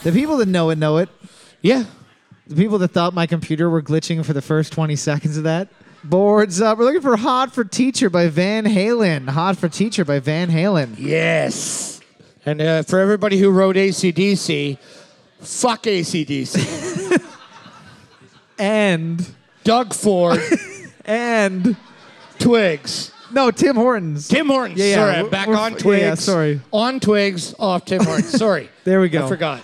Speaker 1: The people that know it know it.
Speaker 4: yeah.
Speaker 1: The people that thought my computer were glitching for the first 20 seconds of that. Boards up. We're looking for Hot for Teacher by Van Halen. Hot for Teacher by Van Halen.
Speaker 4: Yes. And uh, for everybody who wrote ACDC, fuck ACDC.
Speaker 1: And,
Speaker 4: <laughs> Doug
Speaker 1: <laughs>
Speaker 4: Ford,
Speaker 1: and,
Speaker 4: Twigs.
Speaker 1: no, Tim Hortons.
Speaker 4: Tim Hortons.
Speaker 1: Yeah, yeah,
Speaker 4: sorry, I'm
Speaker 1: we're-
Speaker 4: back
Speaker 1: we're-
Speaker 4: on
Speaker 1: yeah,
Speaker 4: Twigs.
Speaker 1: yeah, sorry.
Speaker 4: On Twigs, off Tim Hortons. Sorry.
Speaker 1: <laughs> There we go.
Speaker 4: I forgot.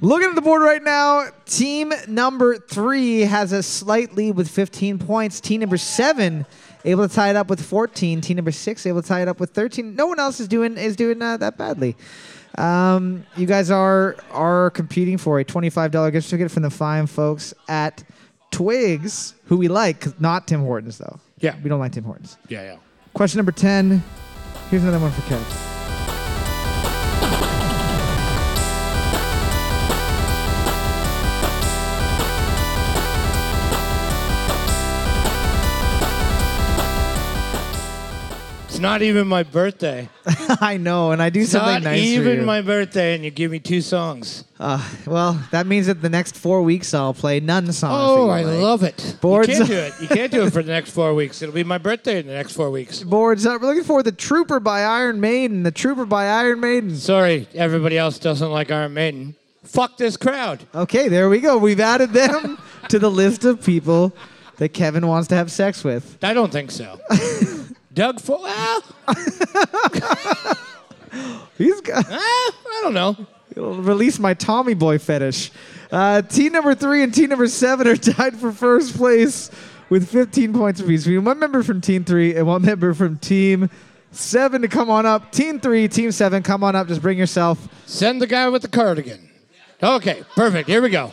Speaker 1: Looking at the board right now, team number three has a slight lead with 15 points. Team number seven able to tie it up with 14. Team number six able to tie it up with 13. No one else is doing is doing uh, that badly. Um, you guys are are competing for a $25 gift certificate from the fine folks at Twigs, who we like, not Tim Hortons though.
Speaker 4: Yeah.
Speaker 1: we don't like Tim Hortons.
Speaker 4: Yeah, yeah.
Speaker 1: Question number 10. Here's another one for Kev. <laughs>
Speaker 4: It's not even my birthday.
Speaker 1: I know, and I do something
Speaker 4: Not
Speaker 1: nice for
Speaker 4: even
Speaker 1: you.
Speaker 4: my birthday, and you give me two songs.
Speaker 1: Uh, well, that means that the next four weeks I'll play none songs.
Speaker 4: Oh,
Speaker 1: that
Speaker 4: I
Speaker 1: you like.
Speaker 4: love it.
Speaker 1: Boards
Speaker 4: you
Speaker 1: up.
Speaker 4: can't do it. You can't do it for the next four weeks. It'll be my birthday in the next four weeks.
Speaker 1: boards up. We're looking for the Trooper by Iron Maiden. The Trooper by Iron Maiden.
Speaker 4: Sorry, everybody else doesn't like Iron Maiden. Fuck this crowd.
Speaker 1: Okay, there we go. We've added them <laughs> to the list of people that Kevin wants to have sex with.
Speaker 4: I don't think so. Doug Ford. Well,
Speaker 1: He's got.
Speaker 4: Ah, I don't know.
Speaker 1: It'll release my Tommy Boy fetish. Uh, team number three and team number seven are <laughs> tied for first place with 15 points apiece. We have one member from team three and one member from team seven to come on up. Team three, team seven, come on up. Just bring yourself.
Speaker 4: Send the guy with the cardigan. Okay, perfect. Here we go.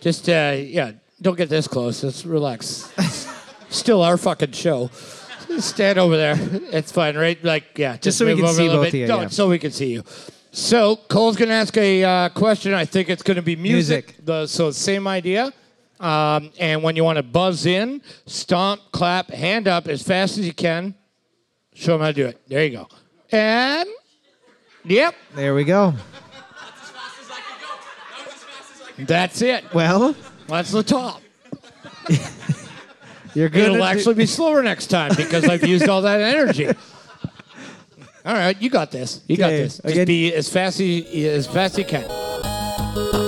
Speaker 4: Just uh, yeah, don't get this close. Just relax. Still our fucking show. Stand over there. It's fine, right? Like yeah, just,
Speaker 1: so we
Speaker 4: move
Speaker 1: can
Speaker 4: over a
Speaker 1: see
Speaker 4: little
Speaker 1: both
Speaker 4: bit.
Speaker 1: of you,
Speaker 4: No,
Speaker 1: yeah.
Speaker 4: So we can see you. So Cole's gonna ask a uh, question. I think it's gonna be music.
Speaker 1: Music.
Speaker 4: The, so same idea. Um, and when you want to buzz in, stomp, clap, hand up as fast as you can. Show him how to do it. There you go. And yep,
Speaker 1: There we go.
Speaker 4: that's it.
Speaker 1: Well,
Speaker 4: That's the top.
Speaker 1: you're good.
Speaker 4: It'll actually be slower next time because I've used all
Speaker 1: <laughs>
Speaker 4: that energy. All right, you got this. You got
Speaker 1: Okay,
Speaker 4: this. Just
Speaker 1: again-
Speaker 4: be as fast as you, as fast as you can.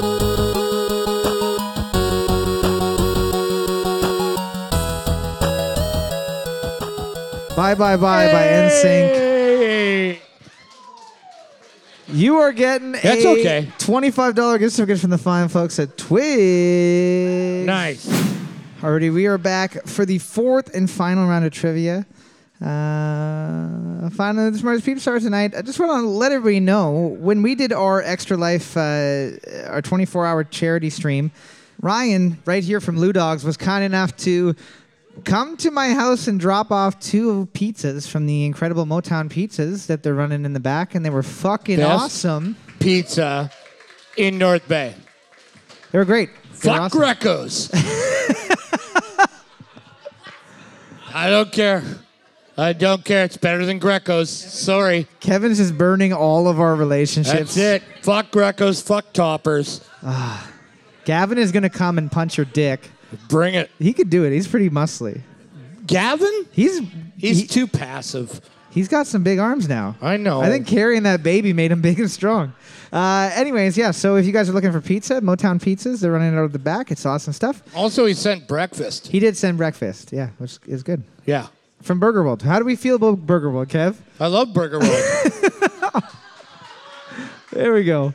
Speaker 1: Bye Bye Bye by NSYNC.
Speaker 4: Hey!
Speaker 1: You are getting
Speaker 4: That's
Speaker 1: a
Speaker 4: okay.
Speaker 1: $25 gift certificate from the fine folks at Twig.
Speaker 4: Nice.
Speaker 1: Already, we are back for the fourth and final round of trivia. Uh, finally, the smartest peep star tonight. I just want to let everybody know when we did our extra life, uh, our 24-hour charity stream. Ryan, right here from Lou Dogs, was kind enough to come to my house and drop off two pizzas from the incredible Motown pizzas that they're running in the back, and they were fucking
Speaker 4: Best.
Speaker 1: awesome.
Speaker 4: Pizza in North Bay.
Speaker 1: They were great. They were
Speaker 4: Fuck
Speaker 1: awesome. <laughs>
Speaker 4: Greco's. I don't care. I don't care. It's better than Greco's. Sorry.
Speaker 1: Kevin's just burning all of our relationships.
Speaker 4: That's it. Fuck Greco's. Fuck Toppers.
Speaker 1: Gavin is gonna come and punch your dick.
Speaker 4: Bring it.
Speaker 1: He could do it. He's pretty muscly.
Speaker 4: Gavin?
Speaker 1: He's
Speaker 4: He's
Speaker 1: he,
Speaker 4: too passive.
Speaker 1: has got some big arms now.
Speaker 4: I know.
Speaker 1: I think carrying that baby made him <laughs> big and strong. Uh, anyways, yeah. So if you guys are looking for pizza, Motown Pizzas, they're running out of the back. It's awesome stuff.
Speaker 4: Also, he sent breakfast.
Speaker 1: He did send breakfast, yeah, which is good.
Speaker 4: Yeah.
Speaker 1: From Burger World. How do we feel about Burger World, Kev?
Speaker 4: I love Burger World.
Speaker 1: There we go.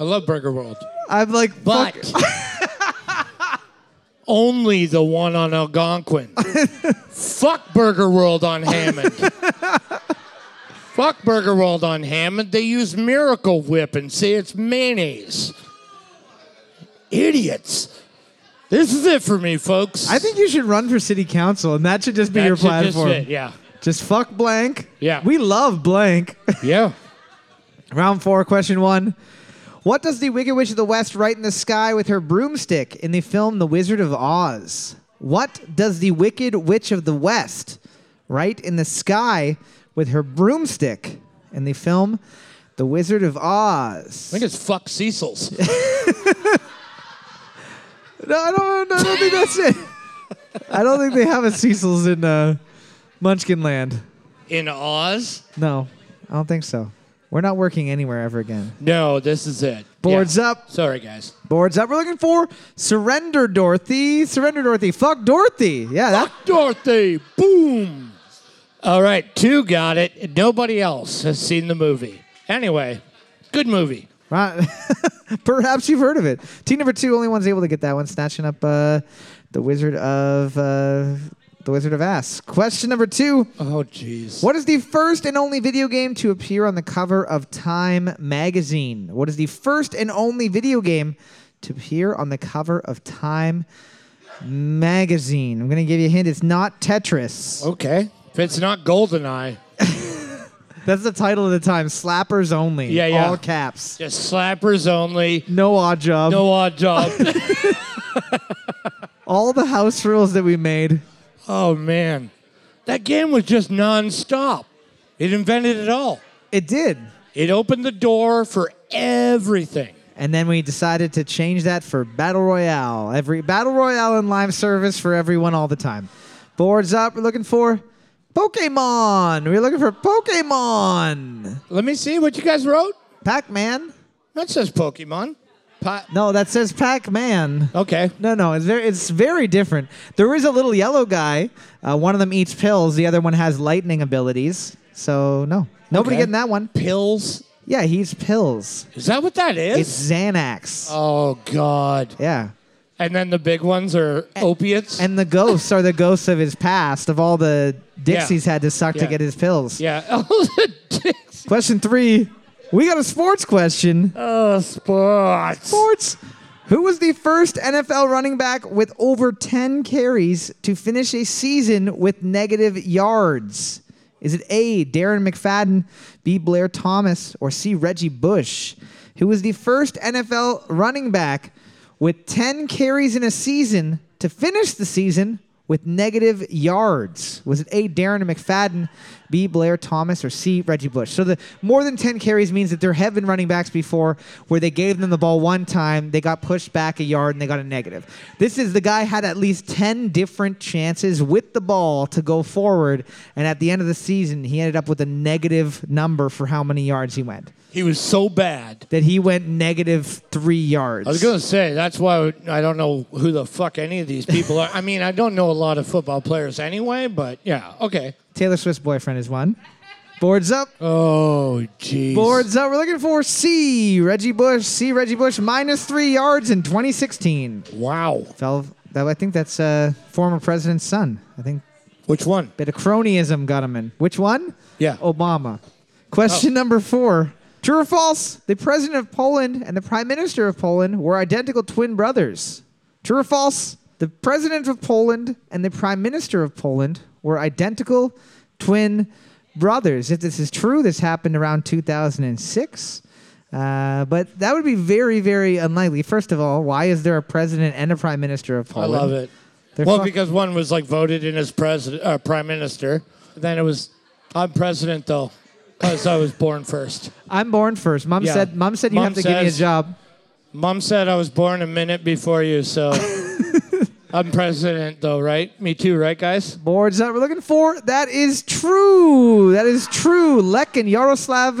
Speaker 4: I love Burger <laughs> World.
Speaker 1: I'm like, fuck.
Speaker 4: But <laughs> only the one on
Speaker 1: <laughs>
Speaker 4: Algonquin. Fuck Burger World on Hammond. <laughs> Fuck Burger World on Hammond. They use Miracle Whip and say it's mayonnaise. Idiots. This is it for me, folks.
Speaker 1: I think you should run for city council, and that should just be
Speaker 4: That
Speaker 1: your
Speaker 4: should just
Speaker 1: platform.
Speaker 4: it, Yeah.
Speaker 1: just fuck blank.
Speaker 4: Yeah.
Speaker 1: We love blank.
Speaker 4: Yeah.
Speaker 1: Round four, question one. What does the Wicked Witch of the West write in the sky with her broomstick in the film The Wizard of Oz? What does the Wicked Witch of the West write in the sky with her broomstick in the film The Wizard of Oz?
Speaker 4: I think it's fuck Cecil's.
Speaker 1: No, I don't, I don't think that's it. I don't think they have a Cecil's in uh, Munchkin Land.
Speaker 4: In Oz?
Speaker 1: No, I don't think so. We're not working anywhere ever again.
Speaker 4: No, this is it.
Speaker 1: Boards up.
Speaker 4: Sorry, guys.
Speaker 1: boards up. We're looking for Surrender Dorothy. Surrender Dorothy. Fuck Dorothy. Yeah, that,
Speaker 4: Dorothy, boom. All right, two got it. Nobody else has seen the movie. Anyway, good movie.
Speaker 1: Ron- <laughs> perhaps you've heard of it. Team number two, only one's able to get that one, snatching up uh, the Wizard of uh, the Wizard of Ass. Question number two:
Speaker 4: Oh, jeez.
Speaker 1: What is the first and only video game to appear on the cover of Time magazine? What is the first and only video game to appear on the cover of Time? Magazine. I'm gonna give you a hint. It's not Tetris.
Speaker 4: Okay. If it's not Goldeneye,
Speaker 1: That's the title of the time. Slappers only.
Speaker 4: Yeah, yeah.
Speaker 1: All caps.
Speaker 4: just slappers only.
Speaker 1: No odd job.
Speaker 4: No odd <laughs> job.
Speaker 1: All the house rules that we made.
Speaker 4: oh man, that game was just nonstop. It invented it all.
Speaker 1: It did.
Speaker 4: It opened the door for everything.
Speaker 1: And then we decided to change that for Battle Royale. Every Battle Royale and live service for everyone all the time. Boards up. We're looking for Pokemon. We're looking for Pokemon.
Speaker 4: Let me see what you guys wrote.
Speaker 1: Pac Man?
Speaker 4: That says Pokemon. Pa-
Speaker 1: No, that says Pac Man.
Speaker 4: okay.
Speaker 1: No, no, it's very, it's very different. There is a little yellow guy. Uh, one of them eats pills. The other one has lightning abilities. So no, nobody
Speaker 4: Okay.
Speaker 1: getting that one.
Speaker 4: Pills.
Speaker 1: Yeah, he's pills.
Speaker 4: Is that what that is?
Speaker 1: It's Xanax.
Speaker 4: oh God.
Speaker 1: yeah.
Speaker 4: And then the big ones are opiates.
Speaker 1: And the ghosts are the ghosts of his past, of all the dicks
Speaker 4: Yeah.
Speaker 1: he's had to suck
Speaker 4: Yeah.
Speaker 1: to get his pills.
Speaker 4: yeah. <laughs> Oh, the dicks.
Speaker 1: Question three. We got a sports question.
Speaker 4: Oh, sports.
Speaker 1: Sports. Who was the first NFL running back with over 10 carries to finish a season with negative yards? Is it A, Darren McFadden, B, Blair Thomas, or C, Reggie Bush? Who was the first NFL running back with 10 carries in a season to finish the season with negative yards? Was it A, Darren McFadden, B, Blair Thomas, or C, Reggie Bush? So the more than 10 carries means that there have been running backs before where they gave them the ball one time, they got pushed back a yard, and they got a negative. This is the guy had at least 10 different chances with the ball to go forward, and at the end of the season, he ended up with a negative number for how many yards he went.
Speaker 4: He was so bad.
Speaker 1: That he went negative three yards.
Speaker 4: I was going to say, that's why I don't know who the fuck any of these people are. I mean, I don't know a lot of football players anyway, but yeah, okay.
Speaker 1: Taylor Swift's boyfriend is one. Boards up.
Speaker 4: Oh, jeez.
Speaker 1: Boards up. We're looking for C. Reggie Bush. C. Reggie Bush minus three yards in 2016.
Speaker 4: Wow.
Speaker 1: Fell. That I think that's uh, former president's son. I think
Speaker 4: Which one?
Speaker 1: bit of cronyism got him in. Which one?
Speaker 4: Yeah. Oh.
Speaker 1: Obama. Question number four. True or false? The president of Poland and the prime minister of Poland were identical twin brothers. True or false? The president of Poland and the prime minister of Poland were identical twin brothers. If this is true, this happened around 2006. Uh, but that would be very, very unlikely. First of all, why is there a president and a prime minister of
Speaker 4: I
Speaker 1: Poland?
Speaker 4: love it.
Speaker 1: They're
Speaker 4: well,
Speaker 1: fuck-
Speaker 4: because one was like voted in as president, uh, prime minister. Then it was, I'm president though, because I was born first.
Speaker 1: I'm born first. Mom
Speaker 4: Yeah.
Speaker 1: said, "Mom said you
Speaker 4: Mom
Speaker 1: have to give me a
Speaker 4: says-
Speaker 1: job."
Speaker 4: Mom said I was born a minute before
Speaker 1: <laughs>
Speaker 4: you, so I'm president though, right? Me too, right, guys?
Speaker 1: Boards that we're looking for. That is true. That is true. Lek and Yaroslav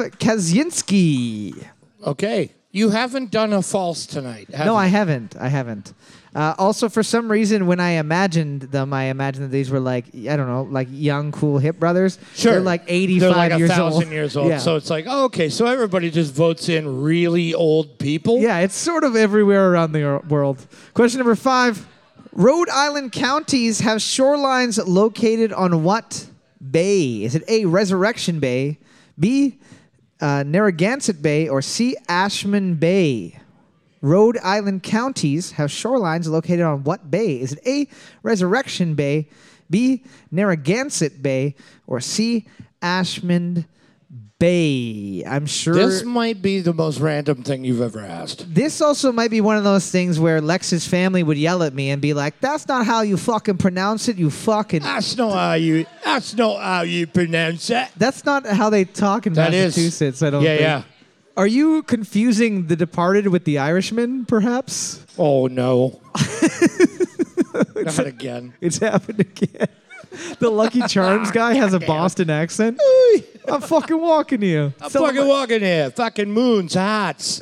Speaker 1: Kaczynski.
Speaker 4: Okay. You haven't done a false tonight. Have
Speaker 1: No,
Speaker 4: you?
Speaker 1: I haven't. I haven't. Uh, also, for some reason, when I imagined them, I imagined that these were like I don't know, like young, cool, hip brothers.
Speaker 4: Sure.
Speaker 1: They're like 85
Speaker 4: They're like
Speaker 1: years
Speaker 4: a thousand
Speaker 1: old.
Speaker 4: years old.
Speaker 1: Yeah.
Speaker 4: So it's like, oh, okay, so everybody just votes in really old people.
Speaker 1: Yeah, it's sort of everywhere around the wor- world. Question number five Rhode Island counties have shorelines located on what bay? Is it A, Resurrection Bay, B, uh, Narragansett Bay, or C, Ashman Bay? Rhode Island counties have shorelines located on what bay? Is it A, Resurrection Bay, B, Narragansett Bay, or C, Ashman Bay? I'm sure.
Speaker 4: This might be the most random thing you've ever asked.
Speaker 1: This also might be one of those things where Lex's family would yell at me and be like, "That's not how you fucking pronounce it, you fucking."
Speaker 4: That's not how you. That's not how you pronounce it.
Speaker 1: That's not how they talk in
Speaker 4: That is.
Speaker 1: Massachusetts. I don't.
Speaker 4: Yeah,
Speaker 1: think.
Speaker 4: yeah.
Speaker 1: Are you confusing The Departed with The Irishman? Perhaps <laughs>
Speaker 4: Oh no. Not again.
Speaker 1: it's happened again. <laughs> the Lucky Charms guy has a Boston accent. I'm fucking walking you.
Speaker 4: I'm fucking walking here. Fucking
Speaker 1: <laughs>
Speaker 4: moons, hats,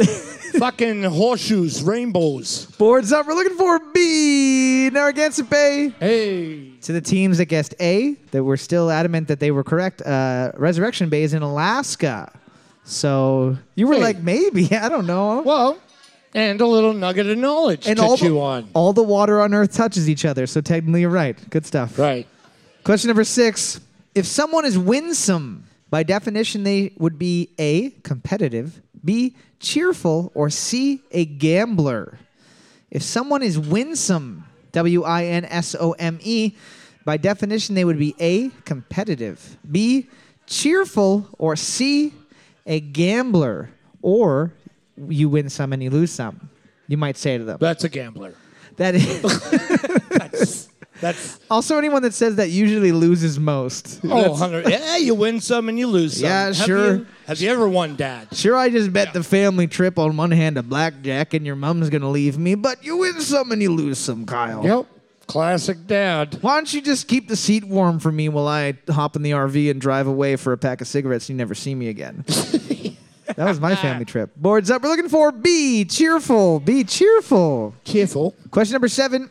Speaker 4: fucking horseshoes, rainbows.
Speaker 1: boards up. We're looking for B Narragansett Bay.
Speaker 4: Hey.
Speaker 1: To the teams that guessed A, that were still adamant that they were correct, uh, Resurrection Bay is in Alaska. So you were
Speaker 4: Hey.
Speaker 1: like, maybe, <laughs> I don't know.
Speaker 4: Well, and a little nugget of knowledge
Speaker 1: and
Speaker 4: to
Speaker 1: all
Speaker 4: chew
Speaker 1: the,
Speaker 4: on.
Speaker 1: all the water on Earth touches each other, so technically you're right. Good stuff.
Speaker 4: Right.
Speaker 1: Question number six. If someone is winsome, by definition, they would be A, competitive, B, cheerful, or C, a gambler. If someone is winsome, W I N S O M E, by definition, they would be A, competitive, B, cheerful, or C, a gambler, or you win some and you lose some. You might say to them.
Speaker 4: That's a gambler.
Speaker 1: That is <laughs>
Speaker 4: That's
Speaker 1: also anyone that says that usually loses most.
Speaker 4: oh, hundred. Yeah, you win some and you lose some.
Speaker 1: Yeah,
Speaker 4: Have
Speaker 1: sure.
Speaker 4: you- have you ever won, Dad?
Speaker 1: Sure, I just bet the family trip on one hand of blackjack, and your mom's gonna leave me, but you win some and you lose some, Kyle.
Speaker 4: Yep. Classic Dad.
Speaker 1: Why don't you just keep the seat warm for me while I hop in the RV and drive away for a pack of cigarettes and you never see me again? that was my family trip. Boards up. We're looking for B. Cheerful. Be cheerful.
Speaker 4: Careful.
Speaker 1: Question number seven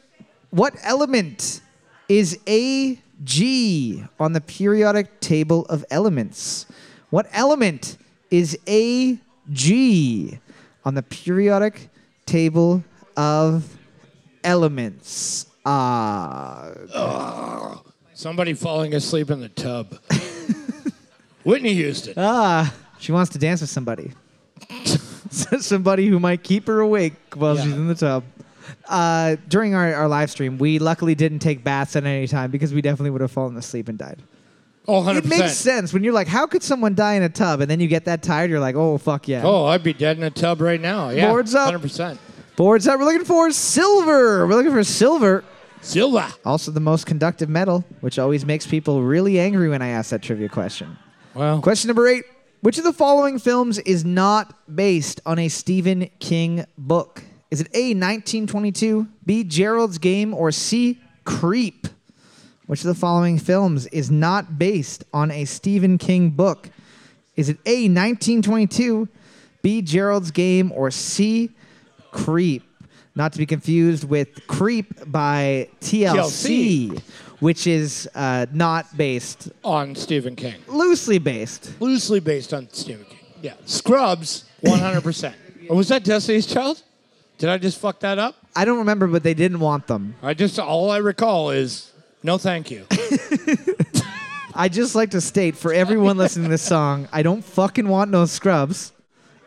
Speaker 1: What element is A G on the periodic table of elements. What element is AG on the periodic table of elements? Uh,
Speaker 4: Somebody falling asleep in the tub. <laughs> Whitney Houston.
Speaker 1: she wants to dance with somebody. <laughs> somebody who might keep her awake while
Speaker 4: Yeah.
Speaker 1: she's in the tub. Uh, during our, our live stream, we luckily didn't take baths at any time because we definitely would have fallen asleep and died.
Speaker 4: Oh, 100%.
Speaker 1: It makes sense when you're like, how could someone die in a tub? And then you get that tired, you're like, oh, fuck yeah.
Speaker 4: Oh, I'd be dead in a tub right now. Yeah.
Speaker 1: Boards up.
Speaker 4: 100%.
Speaker 1: Boards up. We're looking for silver. We're looking for silver.
Speaker 4: Silva.
Speaker 1: Also, the most conductive metal, which always makes people really angry when I ask that trivia question.
Speaker 4: Well,
Speaker 1: Question number eight Which of the following films is not based on a Stephen King book? Is it A, 1922, B, Gerald's Game, or C, Creep? Which of the following films is not based on a Stephen King book? Is it A, 1922, B, Gerald's Game, or C, Creep? Not to be confused with Creep by TLC, which is uh, not based,
Speaker 4: on Stephen King.
Speaker 1: loosely based.
Speaker 4: Loosely based on Stephen King. Yeah. Scrubs, 100%. or <laughs> was that Destiny's Child? Did I just fuck that up?
Speaker 1: I don't remember, but they didn't want them.
Speaker 4: I just, all I recall is no thank you.
Speaker 1: I just like to state for everyone listening to this song, I don't fucking want no scrubs.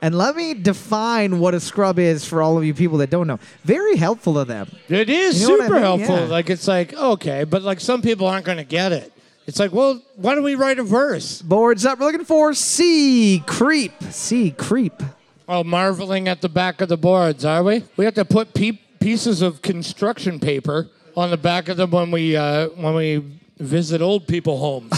Speaker 1: And let me define what a scrub is for all of you people that don't know. Very helpful of them.
Speaker 4: It is
Speaker 1: You know what I
Speaker 4: super
Speaker 1: mean?
Speaker 4: helpful.
Speaker 1: Yeah.
Speaker 4: Like it's like okay, but like some people aren't going to get it. It's like, well, why don't we write a verse?
Speaker 1: Boards up. We're looking for C creep. C creep.
Speaker 4: Oh, marveling at the back of the boards, are we? We have to put pe- pieces of construction paper on the back of them when we uh, when we visit old people homes.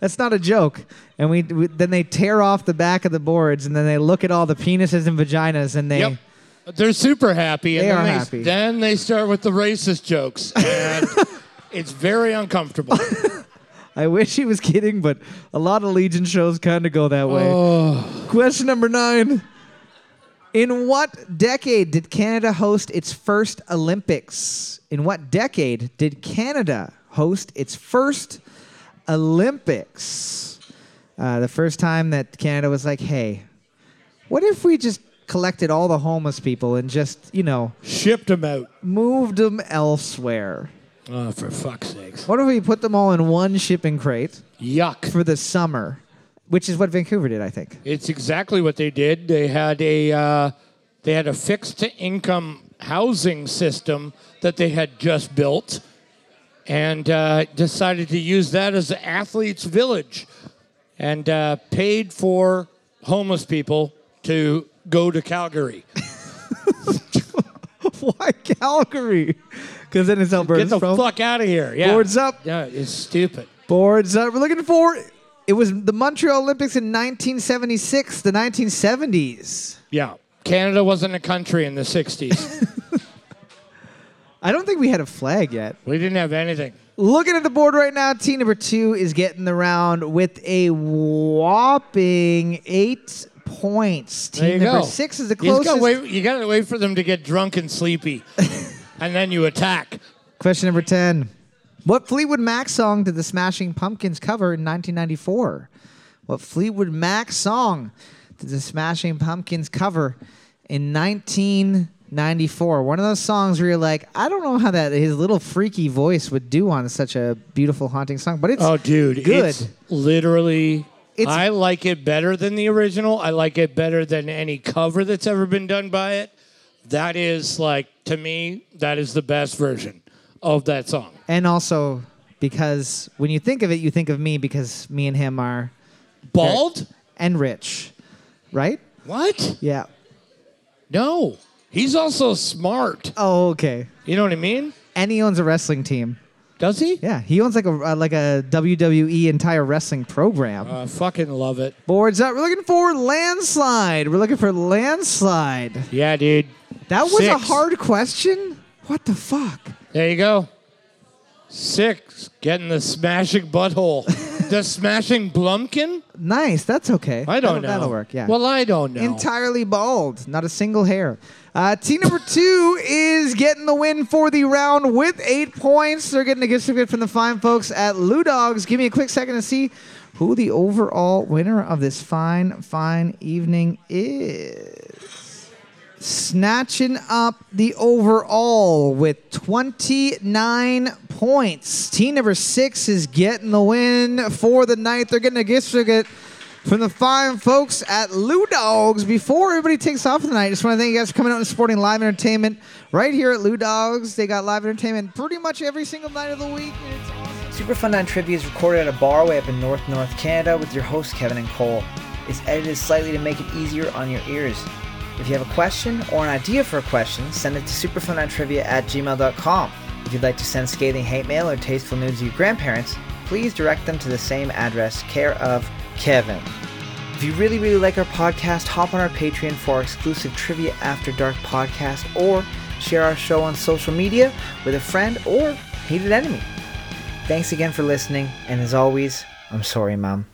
Speaker 1: That's not a joke. And we, we then they tear off the back of the boards, and then they look at all the penises and vaginas, and they
Speaker 4: <laughs> yep. They're super happy. and
Speaker 1: They
Speaker 4: then
Speaker 1: are
Speaker 4: they,
Speaker 1: happy.
Speaker 4: Then they start with the racist jokes, <laughs> and it's very <laughs> uncomfortable.
Speaker 1: <laughs> I wish he was kidding, but a lot of Legion shows kind of go that way. Question number nine. In what decade did Canada host its first Olympics? In what decade did Canada host its first Olympics? Uh, the first time that Canada was like, hey, what if we just collected all the homeless people and just, you know,
Speaker 4: Shipped them out.
Speaker 1: moved them elsewhere?
Speaker 4: Oh, for fuck's sakes!
Speaker 1: What if we put them all in one shipping crate?
Speaker 4: Yuck.
Speaker 1: for the summer, which is what Vancouver did, I think.
Speaker 4: It's exactly what they did. They had a uh, they had a fixed income housing system that they had just built, and uh, decided to use that as an athletes' village, and uh, paid for homeless people to go to Calgary.
Speaker 1: <laughs> Why Calgary? Because then it's Alberta's
Speaker 4: Get the
Speaker 1: from.
Speaker 4: fuck out of here! Yeah,
Speaker 1: Boards up.
Speaker 4: Yeah, it's stupid.
Speaker 1: Boards up. We're looking for. It was the Montreal Olympics in 1976, the 1970s.
Speaker 4: Yeah, Canada wasn't a country in
Speaker 1: <laughs>
Speaker 4: the '60s.
Speaker 1: I don't think we had a flag yet.
Speaker 4: we didn't have anything.
Speaker 1: Looking at the board right now, team number two is getting the round with a whopping eight points. Team
Speaker 4: There you
Speaker 1: number
Speaker 4: go.
Speaker 1: six is the
Speaker 4: You just
Speaker 1: closest.
Speaker 4: gotta wait- You got to wait for them to get drunk and sleepy,
Speaker 1: <laughs>
Speaker 4: and then you attack.
Speaker 1: Question number 10. What Fleetwood Mac song did the Smashing Pumpkins cover in 1994? What Fleetwood Mac song did the Smashing Pumpkins cover in 1994? One of those songs where you're like, I don't know how that his little freaky voice would do on such a beautiful haunting song, but it's
Speaker 4: Oh, dude,
Speaker 1: good.
Speaker 4: It's literally,
Speaker 1: It's-
Speaker 4: I like it better than the original. I like it better than any cover that's ever been done by it. That is like to me, that is the best version of that song.
Speaker 1: and also because when you think of it, you think of me because me and him are
Speaker 4: Bald?
Speaker 1: and rich, right?
Speaker 4: What?
Speaker 1: Yeah.
Speaker 4: No, he's also smart.
Speaker 1: Oh, okay.
Speaker 4: You know what I mean?
Speaker 1: And he owns a wrestling team.
Speaker 4: Does he?
Speaker 1: Yeah, he owns like a uh, like a WWE entire wrestling program.
Speaker 4: I Uh, fucking love it.
Speaker 1: Boards up. We're looking for landslide. We're looking for landslide.
Speaker 4: Yeah, dude.
Speaker 1: That was a
Speaker 4: Six.
Speaker 1: hard question. What the fuck? <laughs>
Speaker 4: There you go. Six, getting the smashing butthole. the smashing Blumpkin?
Speaker 1: Nice. That's okay.
Speaker 4: I
Speaker 1: that'll,
Speaker 4: don't know.
Speaker 1: That'll work. Yeah.
Speaker 4: Well, I don't know.
Speaker 1: Entirely bald, not a single hair. Uh, team
Speaker 4: <laughs>
Speaker 1: number two is getting the win for the round with eight points. They're getting a gift certificate from the fine folks at Lou Dogs. Give me a quick second to see who the overall winner of this fine, fine evening is. Snatching up the overall with 29 points. Team number six is getting the win for the night. They're getting a gift certificate from the fine folks at Lou Dogs. Before everybody takes off for the night, I just want to thank you guys for coming out and supporting live entertainment right here at Lou Dogs. They got live entertainment pretty much every single night of the week. and it's awesome.
Speaker 5: Super Fun Nine Trivia is recorded at a bar way up in North North Canada with your hosts Kevin and Cole. It's edited slightly to make it easier on your ears. If you have a question or an idea for a question, send it to superfun9trivia at gmail.com. If you'd like to send scathing hate mail or tasteful news to your grandparents, please direct them to the same address, care of Kevin. If you really, really like our podcast, hop on our Patreon for our exclusive Trivia After Dark podcast or share our show on social media with a friend or hated enemy. Thanks again for listening, and as always, I'm sorry, Mom.